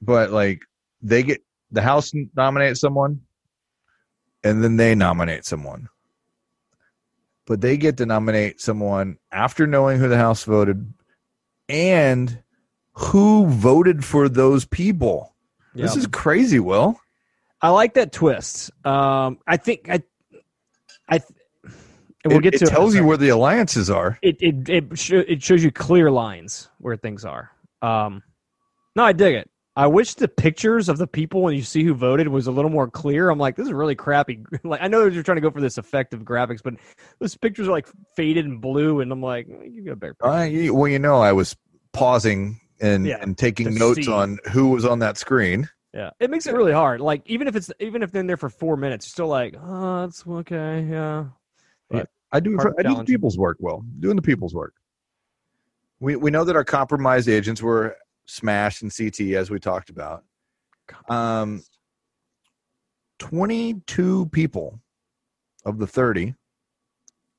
[SPEAKER 2] but like they get the house nominates someone, and then they nominate someone. But they get to nominate someone after knowing who the house voted and who voted for those people.
[SPEAKER 3] Yeah.
[SPEAKER 2] This is crazy, Will.
[SPEAKER 3] I like that twist. Um, I think I, I, th- and we'll
[SPEAKER 2] it,
[SPEAKER 3] get
[SPEAKER 2] it
[SPEAKER 3] to
[SPEAKER 2] tells you where the alliances are.
[SPEAKER 3] it it it, sho- it shows you clear lines where things are. Um, no, I dig it. I wish the pictures of the people when you see who voted was a little more clear. I'm like, this is really crappy. *laughs* Like, I know you're trying to go for this effective graphics, but those pictures are like faded and blue, and I'm like, "Eh, you got a better. picture."
[SPEAKER 2] Uh, you- well, you know, I was pausing and,
[SPEAKER 3] Yeah,
[SPEAKER 2] and taking
[SPEAKER 3] to
[SPEAKER 2] notes
[SPEAKER 3] see.
[SPEAKER 2] on who was on that screen.
[SPEAKER 3] Yeah, it makes it really hard. Like, even if it's even if they're in there for four minutes, you're still like, oh, it's okay. Yeah,
[SPEAKER 2] I do.
[SPEAKER 3] Part of
[SPEAKER 2] I do the
[SPEAKER 3] challenging.
[SPEAKER 2] people's work well. Doing the people's work. We we know that our compromised agents were smashed and CT as we talked about. Um, twenty two people of the thirty,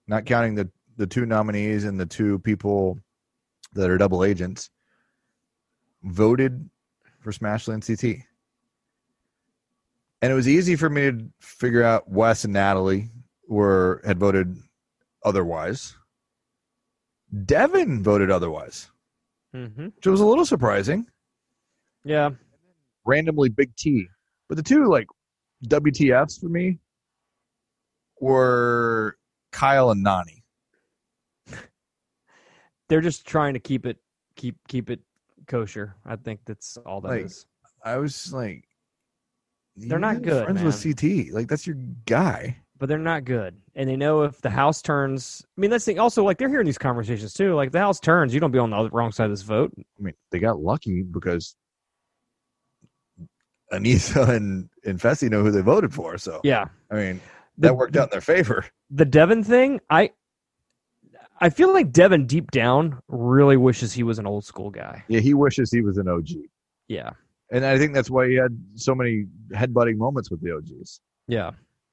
[SPEAKER 2] not counting the the two nominees and the two people that are double agents, voted for Smashland CT. And it was easy for me to figure out Wes and Natalie were had voted otherwise. Devin voted otherwise,
[SPEAKER 3] hmm
[SPEAKER 2] which was a little surprising.
[SPEAKER 3] yeah.
[SPEAKER 2] Randomly, Big T, but the two like WTFs for me were Kyle and Nani.
[SPEAKER 3] they're just trying to keep it keep keep it kosher. I think that's all that
[SPEAKER 2] Like,
[SPEAKER 3] is.
[SPEAKER 2] I was like,
[SPEAKER 3] They're not
[SPEAKER 2] you're
[SPEAKER 3] good,
[SPEAKER 2] Friends
[SPEAKER 3] man.
[SPEAKER 2] with CT, like that's your guy.
[SPEAKER 3] But they're not good, and they know if the house turns. I mean, that's the also like they're hearing these conversations too. Like if the house turns, you don't be on the other- wrong side of this vote.
[SPEAKER 2] I mean, they got lucky because Anissa *laughs* and and Fessy know who they voted for. So
[SPEAKER 3] Yeah,
[SPEAKER 2] I mean,
[SPEAKER 3] the,
[SPEAKER 2] that worked out in their favor.
[SPEAKER 3] The Devin thing, I I feel like Devin deep down really wishes he was an old school guy.
[SPEAKER 2] Yeah, he wishes he was an OG.
[SPEAKER 3] Yeah,
[SPEAKER 2] And I think that's why he had so many headbutting moments with the OGs.
[SPEAKER 3] yeah,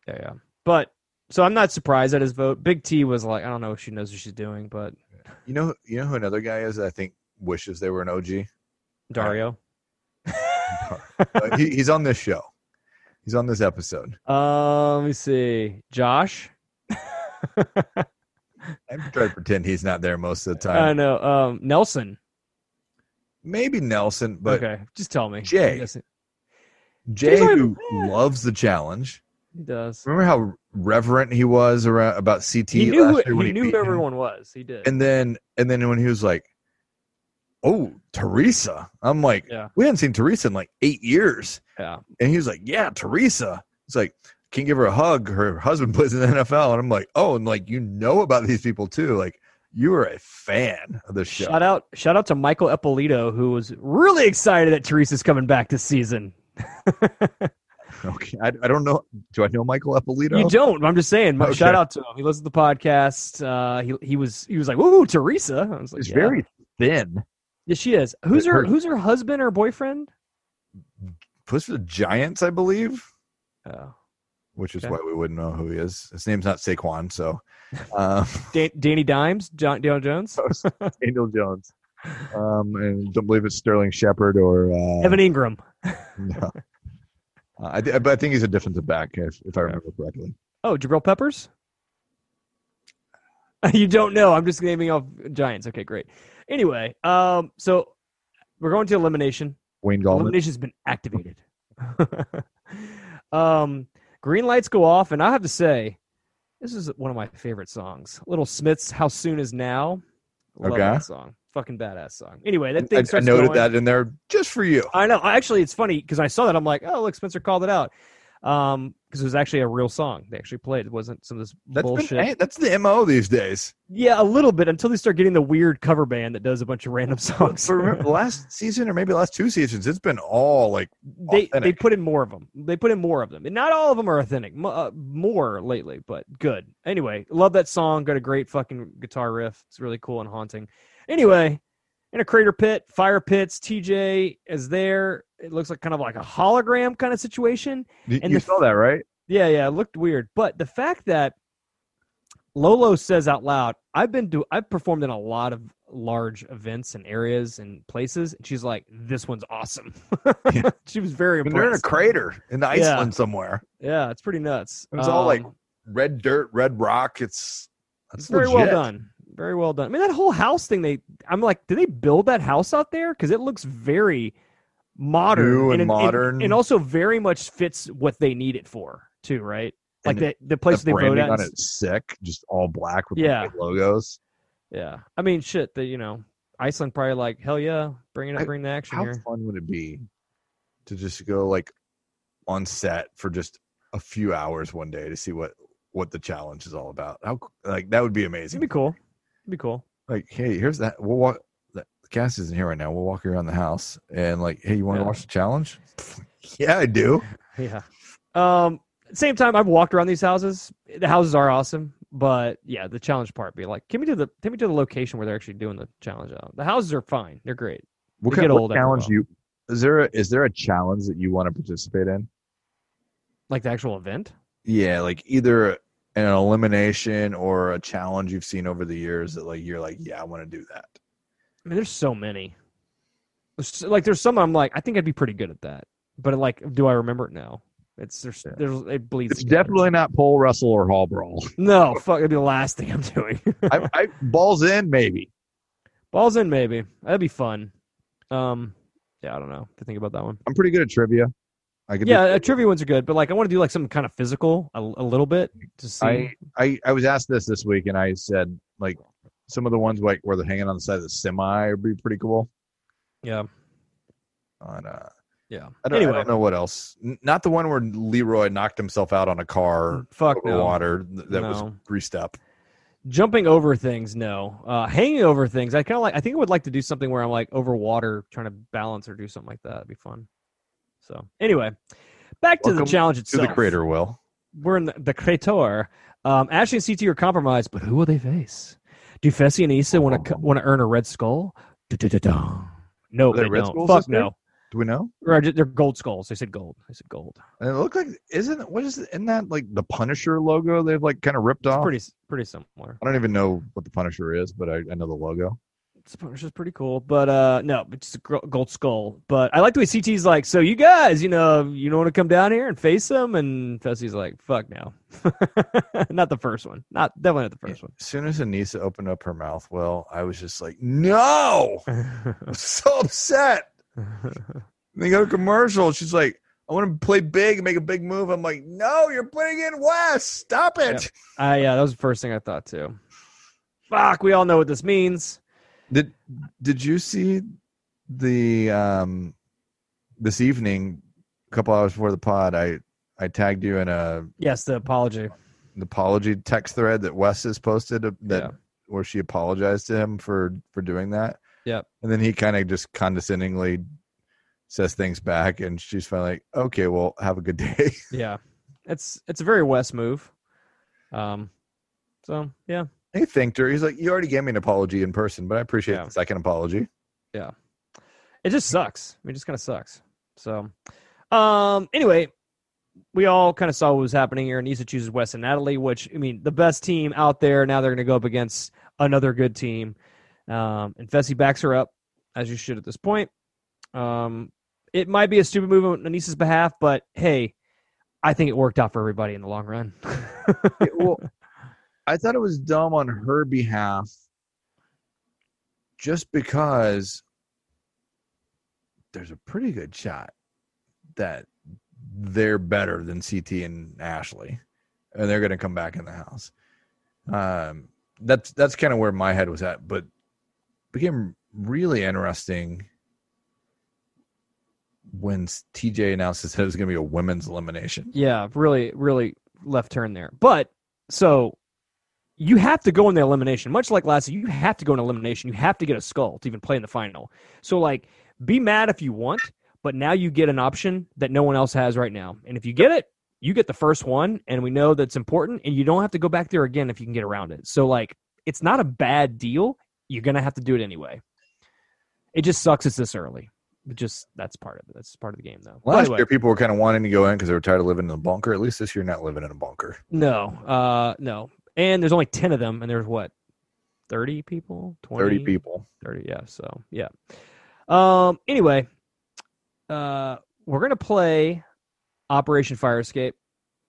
[SPEAKER 3] yeah, yeah. But so I'm not surprised at his vote. Big T was like, I don't know if she knows what she's doing, but
[SPEAKER 2] You know, you know who another guy is that I think wishes they were an OG. *laughs*
[SPEAKER 3] Dario.
[SPEAKER 2] Uh, he, he's on this show. He's on this episode.
[SPEAKER 3] Uh, let me see. Josh. *laughs*
[SPEAKER 2] I try to pretend he's not there most of the
[SPEAKER 3] I
[SPEAKER 2] time.
[SPEAKER 3] know. Um, Nelson.
[SPEAKER 2] Maybe Nelson, but
[SPEAKER 3] okay, just tell me.
[SPEAKER 2] Jay.
[SPEAKER 3] I guess it-
[SPEAKER 2] Jay,
[SPEAKER 3] He's like,
[SPEAKER 2] who
[SPEAKER 3] "Eh."
[SPEAKER 2] loves the challenge.
[SPEAKER 3] He does.
[SPEAKER 2] Remember how reverent he was around about CT
[SPEAKER 3] He knew,
[SPEAKER 2] last
[SPEAKER 3] who,
[SPEAKER 2] year when
[SPEAKER 3] he knew
[SPEAKER 2] beat
[SPEAKER 3] who
[SPEAKER 2] him?
[SPEAKER 3] everyone was. He did.
[SPEAKER 2] And then, and then when he was like, "Oh, Teresa," I'm like,
[SPEAKER 3] Yeah.
[SPEAKER 2] "We haven't seen Teresa in like eight years."
[SPEAKER 3] yeah.
[SPEAKER 2] And he was like, "Yeah, Teresa." It's like, "Can give her a hug. Her husband *laughs* plays in the NFL." And I'm like, "Oh, and like you know about these people too. Like you are a fan of the show."
[SPEAKER 3] Shout out! Shout out to Michael Eppolito, who was really excited that Teresa's coming back this season.
[SPEAKER 2] *laughs* Okay, I, I don't know. Do I know Michael Eppolito?
[SPEAKER 3] You don't. but I'm just saying. my-
[SPEAKER 2] Okay.
[SPEAKER 3] Shout out to him. He listens to the podcast. Uh, he he was he was like, "Ooh, Teresa." I was like,
[SPEAKER 2] She's
[SPEAKER 3] yeah.
[SPEAKER 2] very thin.
[SPEAKER 3] Yeah, she is. Who's
[SPEAKER 2] Her-
[SPEAKER 3] her Who's her husband or boyfriend?
[SPEAKER 2] Puss for the Giants, I believe.
[SPEAKER 3] Oh.
[SPEAKER 2] which is
[SPEAKER 3] Okay.
[SPEAKER 2] why we wouldn't know who he is. His name's not Saquon, so *laughs* um,
[SPEAKER 3] Da- Danny Dimes, John Daniel Jones,
[SPEAKER 2] Angel Jones. Um, and don't believe it's Sterling Shepard or uh,
[SPEAKER 3] Evan Ingram.
[SPEAKER 2] *laughs* no. Uh, I, thi- but I think he's a defensive back, if, if I remember correctly.
[SPEAKER 3] Oh, Jabril Peppers? *laughs* you don't know. I'm just naming off Giants. Okay, great. Anyway, um, so we're going to elimination.
[SPEAKER 2] Wayne Gallman.
[SPEAKER 3] Elimination's been activated. *laughs* um, green lights go off, and I have to say, this is one of my favorite songs. Little Smith's "How Soon Is Now." Love
[SPEAKER 2] Okay.
[SPEAKER 3] that song. Fucking badass song. Anyway, that
[SPEAKER 2] I,
[SPEAKER 3] thing
[SPEAKER 2] I
[SPEAKER 3] starts
[SPEAKER 2] noted
[SPEAKER 3] going.
[SPEAKER 2] that in there just for you.
[SPEAKER 3] I know. I- Actually, it's funny because I saw that. I'm like, oh, look, Spencer called it out. Um, because it was actually a real song they actually played. It wasn't some of this
[SPEAKER 2] That's been-
[SPEAKER 3] bullshit.
[SPEAKER 2] hey, that's the mo these days.
[SPEAKER 3] yeah, a little bit until they start getting the weird cover band that does a bunch of
[SPEAKER 2] *laughs*
[SPEAKER 3] random songs.
[SPEAKER 2] *laughs* For remember, last season or maybe last two seasons, it's been all like
[SPEAKER 3] they they
[SPEAKER 2] authentic.
[SPEAKER 3] put in more of them. They put in more of them, and not all of them are authentic. Mo- uh, more lately, but good. Anyway, love that song. Got a great fucking guitar riff. It's really cool and haunting. Anyway, in a crater pit, fire pits. TJ is there. It looks like kind of like a hologram kind of situation.
[SPEAKER 2] you,
[SPEAKER 3] and
[SPEAKER 2] you
[SPEAKER 3] the-
[SPEAKER 2] saw that, right?
[SPEAKER 3] Yeah, yeah, it looked weird. But the fact that Lolo says out loud, I've been do I've performed in a lot of large events and areas and places, and she's like, This one's awesome.
[SPEAKER 2] Yeah.
[SPEAKER 3] *laughs* she was very
[SPEAKER 2] When they're in a
[SPEAKER 3] impressed.
[SPEAKER 2] crater in Iceland somewhere.
[SPEAKER 3] yeah, it's pretty nuts.
[SPEAKER 2] It was all, like,
[SPEAKER 3] Um,
[SPEAKER 2] Red dirt, red rock. It's that's
[SPEAKER 3] very well
[SPEAKER 2] legit.
[SPEAKER 3] done. Very well done. I mean that whole house thing they I'm like, did they build that house out there? Because it looks very modern
[SPEAKER 2] New and
[SPEAKER 3] it-
[SPEAKER 2] modern.
[SPEAKER 3] and also very much fits what they need it for too, right? Like
[SPEAKER 2] And
[SPEAKER 3] the, the place
[SPEAKER 2] the
[SPEAKER 3] they vote
[SPEAKER 2] branding
[SPEAKER 3] at
[SPEAKER 2] on
[SPEAKER 3] is-
[SPEAKER 2] it is sick, just all black with
[SPEAKER 3] Yeah.
[SPEAKER 2] the big logos.
[SPEAKER 3] Yeah, I mean, shit. That you know, Iceland probably like hell yeah, bring it
[SPEAKER 2] I-
[SPEAKER 3] up, bring the action
[SPEAKER 2] How
[SPEAKER 3] here.
[SPEAKER 2] fun would it be to just go like on set for just a few hours one day to see what what the challenge is all about? How like that would be amazing.
[SPEAKER 3] It'd be cool. It'd be cool.
[SPEAKER 2] like, hey, here's that. We'll walk. The cast isn't here right now. We'll walk around the house and like, hey, you want to
[SPEAKER 3] Yeah.
[SPEAKER 2] watch the challenge? *laughs* yeah, I do.
[SPEAKER 3] Yeah. Um. at the Same time, I've walked around these houses. The houses are awesome, but yeah, the challenge part be like, take me to the take me to the location where they're actually doing the challenge. Out. The houses are fine. They're great.
[SPEAKER 2] What
[SPEAKER 3] They
[SPEAKER 2] kind
[SPEAKER 3] get
[SPEAKER 2] of what
[SPEAKER 3] old after a
[SPEAKER 2] challenge
[SPEAKER 3] while.
[SPEAKER 2] do you? Is there a, is there a challenge that you want to participate in?
[SPEAKER 3] Like the actual event.
[SPEAKER 2] Yeah, like either an elimination or a challenge you've seen over the years that like you're like, yeah, I want to do that.
[SPEAKER 3] I mean, there's so many. There's so- Like, there's some I'm like, I think I'd be pretty good at that, but like, do I remember it? No. It's there's
[SPEAKER 2] Yeah.
[SPEAKER 3] there's it bleeds.
[SPEAKER 2] It's
[SPEAKER 3] together.
[SPEAKER 2] definitely not pole wrestle or hall brawl.
[SPEAKER 3] no fuck. It'd be the last thing I'm doing.
[SPEAKER 2] *laughs* I, I balls in maybe.
[SPEAKER 3] Balls in, maybe. That'd be fun. Um, yeah, I don't know. To think about that one.
[SPEAKER 2] I'm pretty good at trivia. I could do-
[SPEAKER 3] Yeah, uh, trivia ones are good, but like I want to do like some kind of physical a, a little bit to see.
[SPEAKER 2] I, I I was asked this this week and I said like some of the ones like where they're hanging on the side of the semi would be pretty cool.
[SPEAKER 3] yeah,
[SPEAKER 2] On uh,
[SPEAKER 3] yeah.
[SPEAKER 2] I don't, I
[SPEAKER 3] Anyway,
[SPEAKER 2] don't know what else. N- not the one where Leroy knocked himself out on a car
[SPEAKER 3] Mm, fuck
[SPEAKER 2] over
[SPEAKER 3] no.
[SPEAKER 2] water th- that was
[SPEAKER 3] No.
[SPEAKER 2] greased up.
[SPEAKER 3] Jumping over things, no. Uh, hanging over things, I kind of like. I think I would like to do something where I'm like over water, trying to balance or do something like that. It'd be fun. So anyway, back to
[SPEAKER 2] Welcome
[SPEAKER 3] the challenge
[SPEAKER 2] To
[SPEAKER 3] itself.
[SPEAKER 2] the crater, Will.
[SPEAKER 3] we're in the, the Creator. Um, Ashley and CT are compromised, but who will they face? Do Fessy and Issa want to want to earn a red skull? Du-du-du-dum. No,
[SPEAKER 2] Are they
[SPEAKER 3] they
[SPEAKER 2] red
[SPEAKER 3] don't.
[SPEAKER 2] skulls
[SPEAKER 3] Fuck
[SPEAKER 2] this year?
[SPEAKER 3] no.
[SPEAKER 2] Do we know?
[SPEAKER 3] Or ju- they're gold skulls. They said gold. I said gold.
[SPEAKER 2] And it looked like isn't what is isn't that like the Punisher logo they've like kind of ripped
[SPEAKER 3] It's
[SPEAKER 2] off?
[SPEAKER 3] pretty s- pretty similar.
[SPEAKER 2] I don't even know what the Punisher is, but I, I know the logo.
[SPEAKER 3] It's pr- It's just pretty cool, but uh, no, it's a gro- gold skull. But I like the way CT's like, so you guys, you know, you don't want to come down here and face them, and Fessy's like, fuck no, *laughs* not the first one, not definitely not the first
[SPEAKER 2] As soon as Anissa opened up her mouth, well, I was just like, no, I'm *laughs* so upset. *laughs*
[SPEAKER 3] one.
[SPEAKER 2] And they go to commercial. She's like, I want to play big, and make a big move. I'm like, no, you're putting in West. Stop it.
[SPEAKER 3] Uh, yeah, that was the first thing I thought too. Fuck, we all know what this means.
[SPEAKER 2] Did Did you see the um this evening? A couple hours before the pod, I I tagged you in a
[SPEAKER 3] Yes, the apology.
[SPEAKER 2] an apology text thread that Wes has posted uh, that
[SPEAKER 3] Yeah.
[SPEAKER 2] where she apologized to him for for doing that.
[SPEAKER 3] Yep.
[SPEAKER 2] And then he kind of just condescendingly says things back, and she's finally like, "Okay, well, have a good *laughs* day."
[SPEAKER 3] Yeah, it's it's a very West move. Um, so yeah,
[SPEAKER 2] he thanked her. He's like, "You already gave me an apology in person, but I appreciate
[SPEAKER 3] Yeah.
[SPEAKER 2] the second apology."
[SPEAKER 3] it just sucks. I mean, it just kind of sucks. So, um, anyway, we all kind of saw what was happening here, and Issa chooses West and Natalie, which I mean, the best team out there. Now they're going to go up against another good team, um, and Fessy backs her up as you should at this point. Um, it might be a stupid move on Anissa's behalf, but hey, I think it worked out for everybody in the long run. *laughs*
[SPEAKER 2] It- well, I thought it was dumb on her behalf just because there's a pretty good shot that they're better than CT and Ashley and they're going to come back in the house. Um, that's that's kind of where my head was at, but became really interesting when TJ announces that it was going to be a women's elimination.
[SPEAKER 3] yeah, really, really left turn there. But so you have to go in the elimination, much like last. You have to go in elimination. You have to get a skull to even play in the final. So like, be mad if you want, but now you get an option that no one else has right now. And if you get it, you get the first one, and we know that's important. And you don't have to go back there again if you can get around it. So like, it's not a bad deal. You're gonna have to do it anyway. It just sucks. It's this early. It just that's part of it. That's part of the game, though. Well,
[SPEAKER 2] Last
[SPEAKER 3] anyway.
[SPEAKER 2] year, people were kind of wanting to go in because they were tired of living in a bunker. At least this year, not living in a bunker.
[SPEAKER 3] No, uh, no. And there's only ten of them, and there's what, thirty people, 20,
[SPEAKER 2] 30 people.
[SPEAKER 3] 30, Yeah. So yeah. Um. Anyway, uh, we're gonna play Operation Fire Escape.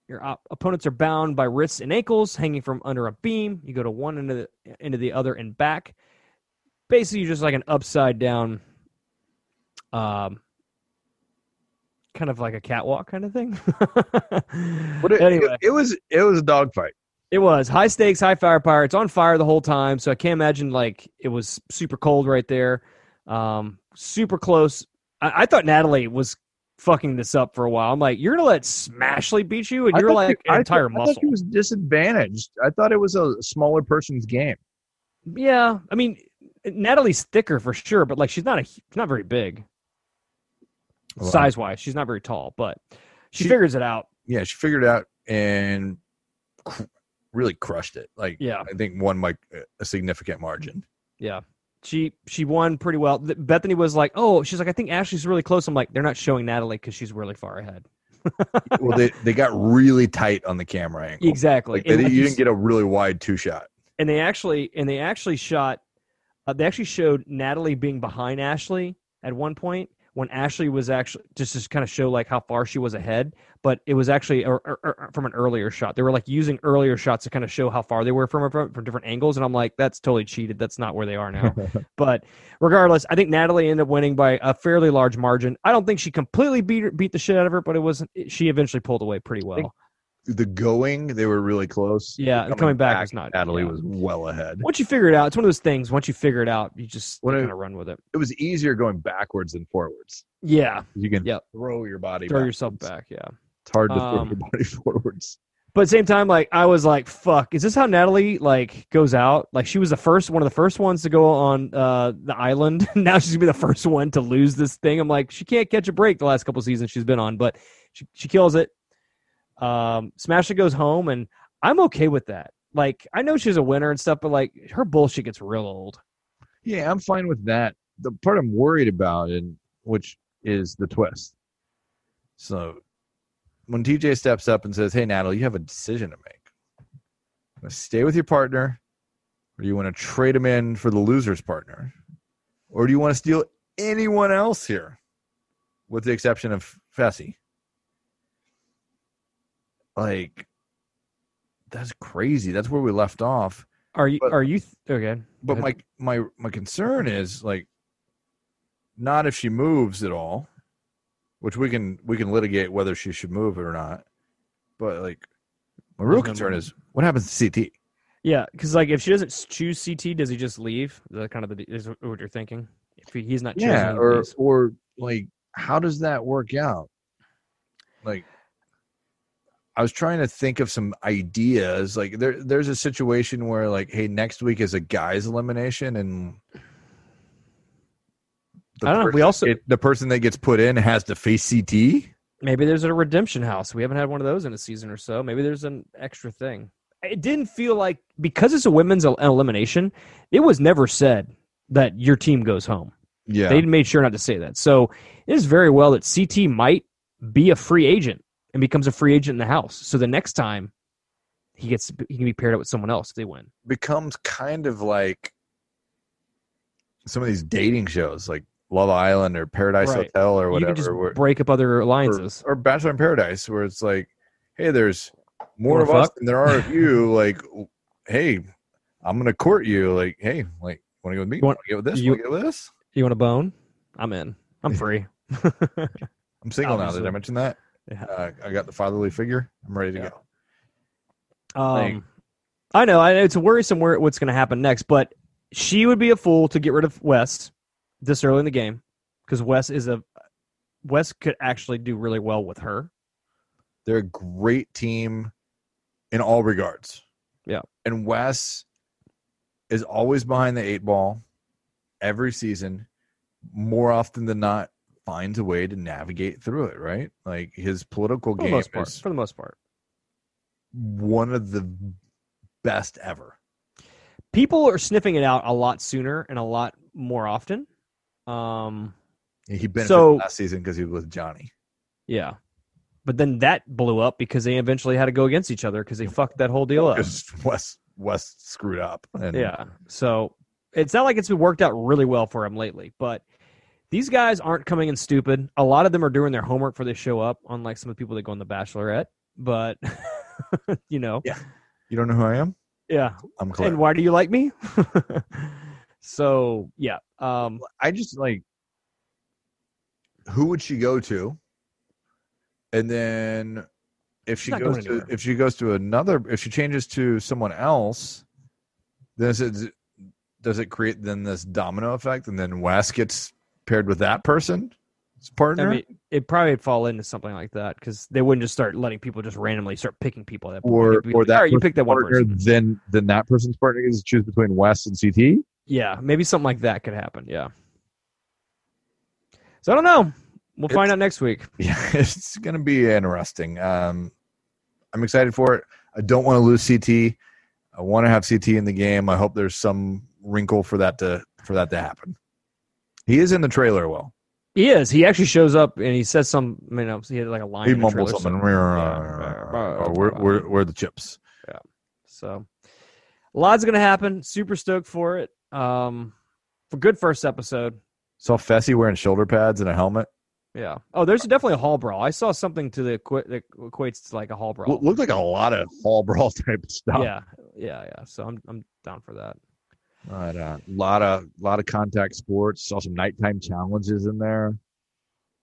[SPEAKER 3] Your op- opponents are bound by wrists and ankles, hanging from under a beam. You go to one end of the end of the other and back. Basically, you're just like an upside down, um, kind of like a catwalk kind of thing. *laughs*
[SPEAKER 2] But it, it, it was it was a dogfight.
[SPEAKER 3] It was high stakes, high firepower. It's on fire the whole time, so I can't imagine like it was super cold right there, um, super close. I-, I thought Natalie was fucking this up for a while. I'm like, you're gonna let Smashley beat you, and
[SPEAKER 2] I
[SPEAKER 3] you're
[SPEAKER 2] thought
[SPEAKER 3] like
[SPEAKER 2] she-
[SPEAKER 3] an
[SPEAKER 2] I
[SPEAKER 3] entire
[SPEAKER 2] thought- I
[SPEAKER 3] muscle.
[SPEAKER 2] thought she was disadvantaged. I thought it was a smaller person's game.
[SPEAKER 3] yeah, I mean, Natalie's thicker for sure, but like she's not a hu- not very big
[SPEAKER 2] Well, I-
[SPEAKER 3] size wise. She's not very tall, but she,
[SPEAKER 2] She-
[SPEAKER 3] figures it out.
[SPEAKER 2] Yeah, she figured it out and cr- really crushed it. Like,
[SPEAKER 3] Yeah.
[SPEAKER 2] I think one like a significant margin.
[SPEAKER 3] Yeah. She she won pretty well. Th- Bethany was like, "Oh, she's like, I think Ashley's really close." I'm like, "They're not showing Natalie because she's really far ahead."
[SPEAKER 2] Oh, well, they they got really tight on the camera angle.
[SPEAKER 3] Exactly.
[SPEAKER 2] Like, they,
[SPEAKER 3] And
[SPEAKER 2] didn't-
[SPEAKER 3] like
[SPEAKER 2] you
[SPEAKER 3] you
[SPEAKER 2] didn't get a really wide two shot.
[SPEAKER 3] and they actually and they actually shot uh, they actually showed natalie being behind ashley at one point when ashley was actually just to kind of show like how far she was ahead but it was actually or, or- or- from an earlier shot they were like using earlier shots to kind of show how far they were from her from, from different angles and i'm like that's totally cheated that's not where they are now but regardless i think natalie ended up winning by a fairly large margin i don't think she completely beat her, beat the shit out of her but it wasn't she eventually pulled away pretty well
[SPEAKER 2] The going, they were really close.
[SPEAKER 3] yeah coming, back, was not
[SPEAKER 2] Natalie
[SPEAKER 3] yeah.
[SPEAKER 2] was well ahead.
[SPEAKER 3] once you figure it out, it's one of those things. Once you figure it out, you just
[SPEAKER 2] What
[SPEAKER 3] kind
[SPEAKER 2] if-
[SPEAKER 3] of run with it.
[SPEAKER 2] It was easier going backwards than forwards.
[SPEAKER 3] Yeah,
[SPEAKER 2] You can
[SPEAKER 3] Yep.
[SPEAKER 2] throw your body.
[SPEAKER 3] throw yourself
[SPEAKER 2] backwards.
[SPEAKER 3] back. Yeah,
[SPEAKER 2] It's hard to
[SPEAKER 3] Um,
[SPEAKER 2] throw your *laughs* body forwards.
[SPEAKER 3] but at the same time, like I was like, "Fuck, is this how Natalie like goes out? Like she was the first one of the first ones to go on uh, the island. *laughs* now she's gonna be the first one to lose this thing." I'm like, she can't catch a break the last couple seasons she's been on, but she she kills it. Um, Smasher goes home, and I'm okay with that. Like I know she's a winner and stuff, but like her bullshit gets real old.
[SPEAKER 2] Yeah, I'm fine with that. The part I'm worried about, and which is the twist. So, when TJ steps up and says, "Hey, Natalie, you have a decision to make. You wanna stay with your partner, or you want to trade him in for the loser's partner, or do you want to steal anyone else here, with the exception of Fessy?" Like, that's crazy. That's where we left off
[SPEAKER 3] Are you?
[SPEAKER 2] But-
[SPEAKER 3] are you? Th- okay.
[SPEAKER 2] but
[SPEAKER 3] Go
[SPEAKER 2] my my my concern is like not if she moves at all which we can we can litigate whether she should move or not but like my real
[SPEAKER 3] There's no
[SPEAKER 2] concern
[SPEAKER 3] movement.
[SPEAKER 2] is what happens to ct
[SPEAKER 3] Yeah, because like if she doesn't s- choose CT, does he just leave? Is that kind of the is what you're thinking? If he, he's not choosing,
[SPEAKER 2] yeah
[SPEAKER 3] he
[SPEAKER 2] or
[SPEAKER 3] leaves.
[SPEAKER 2] or like how does that work out like i was trying to think of some ideas like there there's a situation where like hey next week is a guy's elimination and the
[SPEAKER 3] I don't know, we
[SPEAKER 2] person-
[SPEAKER 3] also-
[SPEAKER 2] it- the person that gets put in has to face ct
[SPEAKER 3] maybe there's a redemption house. We haven't had one of those in a season or so. Maybe there's an extra thing. It didn't feel like because it's a women's el- elimination, it was never said that your team goes home.
[SPEAKER 2] yeah
[SPEAKER 3] They made sure not to say that. So it is very well that CT might be a free agent and becomes a free agent in the house. So the next time he gets he can be paired up with someone else if they win.
[SPEAKER 2] becomes kind of like some of these dating shows, like Love Island or Paradise
[SPEAKER 3] Right.
[SPEAKER 2] Hotel or
[SPEAKER 3] you
[SPEAKER 2] whatever,
[SPEAKER 3] can just
[SPEAKER 2] where-
[SPEAKER 3] break up other
[SPEAKER 2] or,
[SPEAKER 3] alliances.
[SPEAKER 2] or Bachelor in Paradise, where it's like, hey, there's more
[SPEAKER 3] Wanna
[SPEAKER 2] of us
[SPEAKER 3] fuck?
[SPEAKER 2] than there are of
[SPEAKER 3] *laughs*
[SPEAKER 2] you. Like, hey, I'm gonna court you. Like, hey, like, want to go with me?
[SPEAKER 3] You want-
[SPEAKER 2] Want to get with this?
[SPEAKER 3] you-
[SPEAKER 2] You, wanna get with this?
[SPEAKER 3] You want a bone? I'm in. I'm free.
[SPEAKER 2] I'm single now. Did
[SPEAKER 3] Obviously.
[SPEAKER 2] I mention that?
[SPEAKER 3] Yeah.
[SPEAKER 2] Uh, I got the fatherly figure. I'm ready to
[SPEAKER 3] Yeah.
[SPEAKER 2] go.
[SPEAKER 3] *laughs* Um, I know I, it's worrisome where what's going to happen next, but she would be a fool to get rid of West this early in the game because Wes is a Wes could actually do really well with her.
[SPEAKER 2] They're a great team in all regards.
[SPEAKER 3] Yeah.
[SPEAKER 2] And Wes is always behind the eight ball every season. More often than not, finds a way to navigate through it. Right? Like his political
[SPEAKER 3] For the
[SPEAKER 2] game
[SPEAKER 3] most part,
[SPEAKER 2] is
[SPEAKER 3] for the most part,
[SPEAKER 2] one of the best ever.
[SPEAKER 3] people are sniffing it out a lot sooner and a lot more often. Um,
[SPEAKER 2] He benefited
[SPEAKER 3] So-
[SPEAKER 2] last season because he was with Johnny.
[SPEAKER 3] yeah, but then that blew up because they eventually had to go against each other because they fucked that whole deal up.
[SPEAKER 2] Because Wes Wes screwed up. And
[SPEAKER 3] Yeah. So it's not like it's been worked out really well for him lately, but these guys aren't coming in stupid. A lot of them are doing their homework before they show up, unlike some of the people that go on The Bachelorette. But, *laughs* you know,
[SPEAKER 2] you don't know who I am?
[SPEAKER 3] yeah.
[SPEAKER 2] I'm Claire.
[SPEAKER 3] And why do you like me? *laughs* so, yeah. Um,
[SPEAKER 2] I just like who would she go to? And then if she
[SPEAKER 3] not
[SPEAKER 2] goes
[SPEAKER 3] going
[SPEAKER 2] to
[SPEAKER 3] anywhere.
[SPEAKER 2] if she goes to another if she changes to someone else, then is it, does it create then this domino effect and then Wes gets paired with that person? His
[SPEAKER 3] I
[SPEAKER 2] partner?
[SPEAKER 3] mean, it probably would fall into something like that because they wouldn't just start letting people just randomly start picking people. At that point.
[SPEAKER 2] or
[SPEAKER 3] They'd be
[SPEAKER 2] or
[SPEAKER 3] like,
[SPEAKER 2] that
[SPEAKER 3] "All right, you
[SPEAKER 2] person's
[SPEAKER 3] pick that one
[SPEAKER 2] partner,
[SPEAKER 3] person.
[SPEAKER 2] then then that person's partner is choose between West and CT.
[SPEAKER 3] Yeah, maybe something like that could happen. Yeah. So I don't know. We'll find
[SPEAKER 2] It's-
[SPEAKER 3] out next week.
[SPEAKER 2] Yeah, *laughs* it's gonna be interesting. Um, I'm excited for it. I don't want to lose CT. I want to have CT in the game. I hope there's some wrinkle for that to for that to happen. He is in the trailer. Well,
[SPEAKER 3] He is. He actually shows up and he says some. I mean, he had like a line.
[SPEAKER 2] he
[SPEAKER 3] in the
[SPEAKER 2] mumbles
[SPEAKER 3] trailer,
[SPEAKER 2] something.
[SPEAKER 3] Yeah.
[SPEAKER 2] Or We're, we're, we're the chips.
[SPEAKER 3] So, so lots going to happen. Super stoked for it. Um, for good first episode.
[SPEAKER 2] Saw Fessy wearing shoulder pads and a helmet.
[SPEAKER 3] Yeah. Oh, there's definitely a hall brawl. I saw something to the equi- that equates to like a hall brawl.
[SPEAKER 2] Lo- Looked like a lot of hall brawl *laughs* type stuff.
[SPEAKER 3] yeah. Yeah. Yeah. So I'm I'm down for that.
[SPEAKER 2] But a lot of lot of contact sports. Saw some nighttime challenges in there.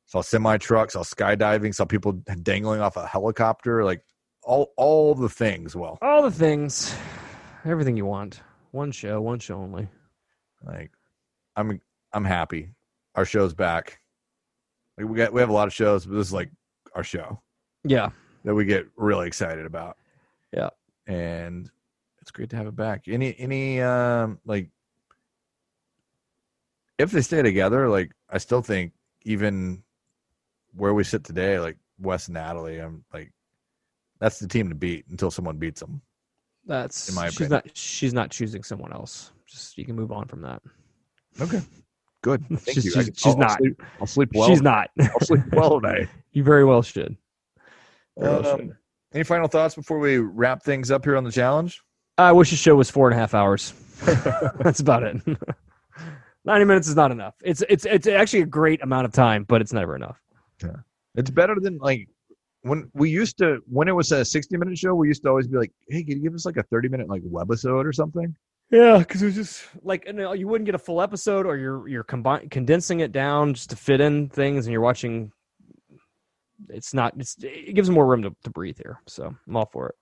[SPEAKER 2] Saw semi trucks. Saw skydiving. Saw people dangling off a helicopter. Like all all the things. Well,
[SPEAKER 3] All the things, everything you want. One show. One show only.
[SPEAKER 2] like I'm I'm happy. Our show's back. Like we got we have a lot of shows, but this is like our show
[SPEAKER 3] Yeah.
[SPEAKER 2] that we get really excited about.
[SPEAKER 3] Yeah.
[SPEAKER 2] and it's great to have it back. Any any um like if they stay together, like I still think even where we sit today, like Wes and Natalie, I'm like that's the team to beat until someone beats them.
[SPEAKER 3] That's
[SPEAKER 2] In my
[SPEAKER 3] she's not she's not choosing someone else. Just you can move on from that.
[SPEAKER 2] Okay, good. Thank
[SPEAKER 3] She's-
[SPEAKER 2] you.
[SPEAKER 3] she's- she's
[SPEAKER 2] I'll, I'll
[SPEAKER 3] not.
[SPEAKER 2] sleep, I'll sleep well.
[SPEAKER 3] she's not.
[SPEAKER 2] I'll sleep well today.
[SPEAKER 3] *laughs* you very well should. Very well
[SPEAKER 2] Um,
[SPEAKER 3] should.
[SPEAKER 2] Any final thoughts before we wrap things up here on the challenge?
[SPEAKER 3] I wish the show was four and a half
[SPEAKER 2] *laughs*
[SPEAKER 3] hours. That's about it. *laughs* Ninety minutes is not enough. It's it's it's actually a great amount of time, but it's never enough.
[SPEAKER 2] It's better than like when we used to when it was a sixty minute show. We used to always be like, "Hey, can you give us like a thirty minute like webisode or something?"
[SPEAKER 3] Yeah, because it was just like you, know, you wouldn't get a full episode, or you're you're combi- condensing it down just to fit in things, and you're watching. It's not. It's it gives more room to, to breathe here. So I'm all for it.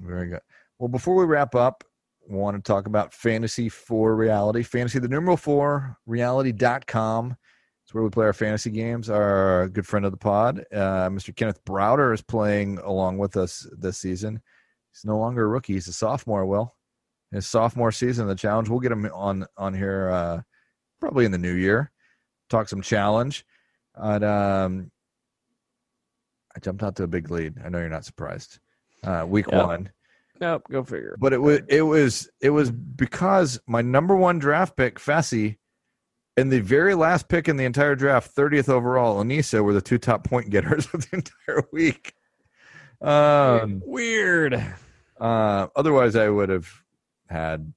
[SPEAKER 2] Very good. Well, before we wrap up, want to talk about fantasy for reality. Fantasy the numeral four reality.com. It's where we play our fantasy games. Our good friend of the pod, uh, Mr. Kenneth Browder, is playing along with us this season. He's no longer a rookie; he's a sophomore. Will his sophomore season, the challenge. We'll get him on on here uh, probably in the new year. Talk some challenge. And, um, I jumped out to a big lead. I know you're not surprised. Uh, week
[SPEAKER 3] Yeah.
[SPEAKER 2] one,
[SPEAKER 3] Nope. Go figure.
[SPEAKER 2] but it was it was it was because my number one draft pick, Fessy, And the very last pick in the entire draft, 30th overall, Anissa were the two top point getters *laughs* of the entire week. Um,
[SPEAKER 3] Weird.
[SPEAKER 2] uh, otherwise, I would have had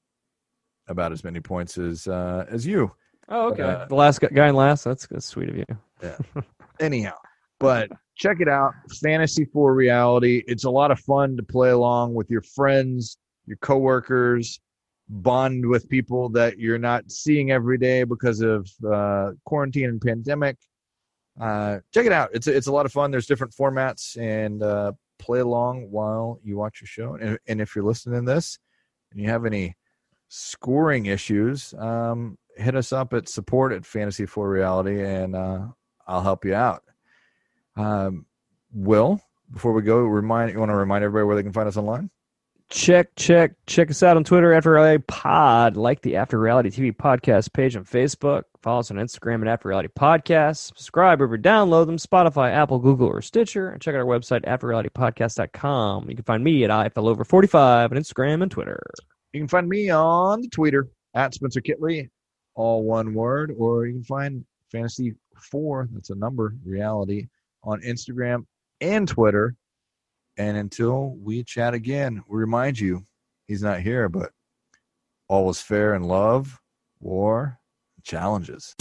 [SPEAKER 2] about as many points as uh, as you.
[SPEAKER 3] Oh, okay.
[SPEAKER 2] Uh,
[SPEAKER 3] the last gu- guy in last. That's, that's sweet of you.
[SPEAKER 2] anyhow but check it out fantasy for reality it's a lot of fun to play along with your friends your coworkers bond with people that you're not seeing every day because of uh, quarantine and pandemic uh, check it out it's a, it's a lot of fun there's different formats and uh, play along while you watch your show and, and if you're listening to this and you have any scoring issues um, hit us up at support at fantasy for reality and uh, I'll help you out. Um, Will, before we go, remind you want to remind everybody where they can find us online.
[SPEAKER 3] check check check us out on twitter after reality pod like the after reality tv podcast page on facebook follow us on instagram at after reality podcast subscribe or download them spotify apple google or stitcher and check out our website afterrealitypodcast.com you can find me at ifl over 45 on instagram and twitter
[SPEAKER 2] You can find me on the Twitter at Spencer Kitley, all one word, or you can find Fantasy Four. That's a number reality on Instagram and Twitter. And until we chat again, we remind you he's not here, but all is fair in love, war, challenges.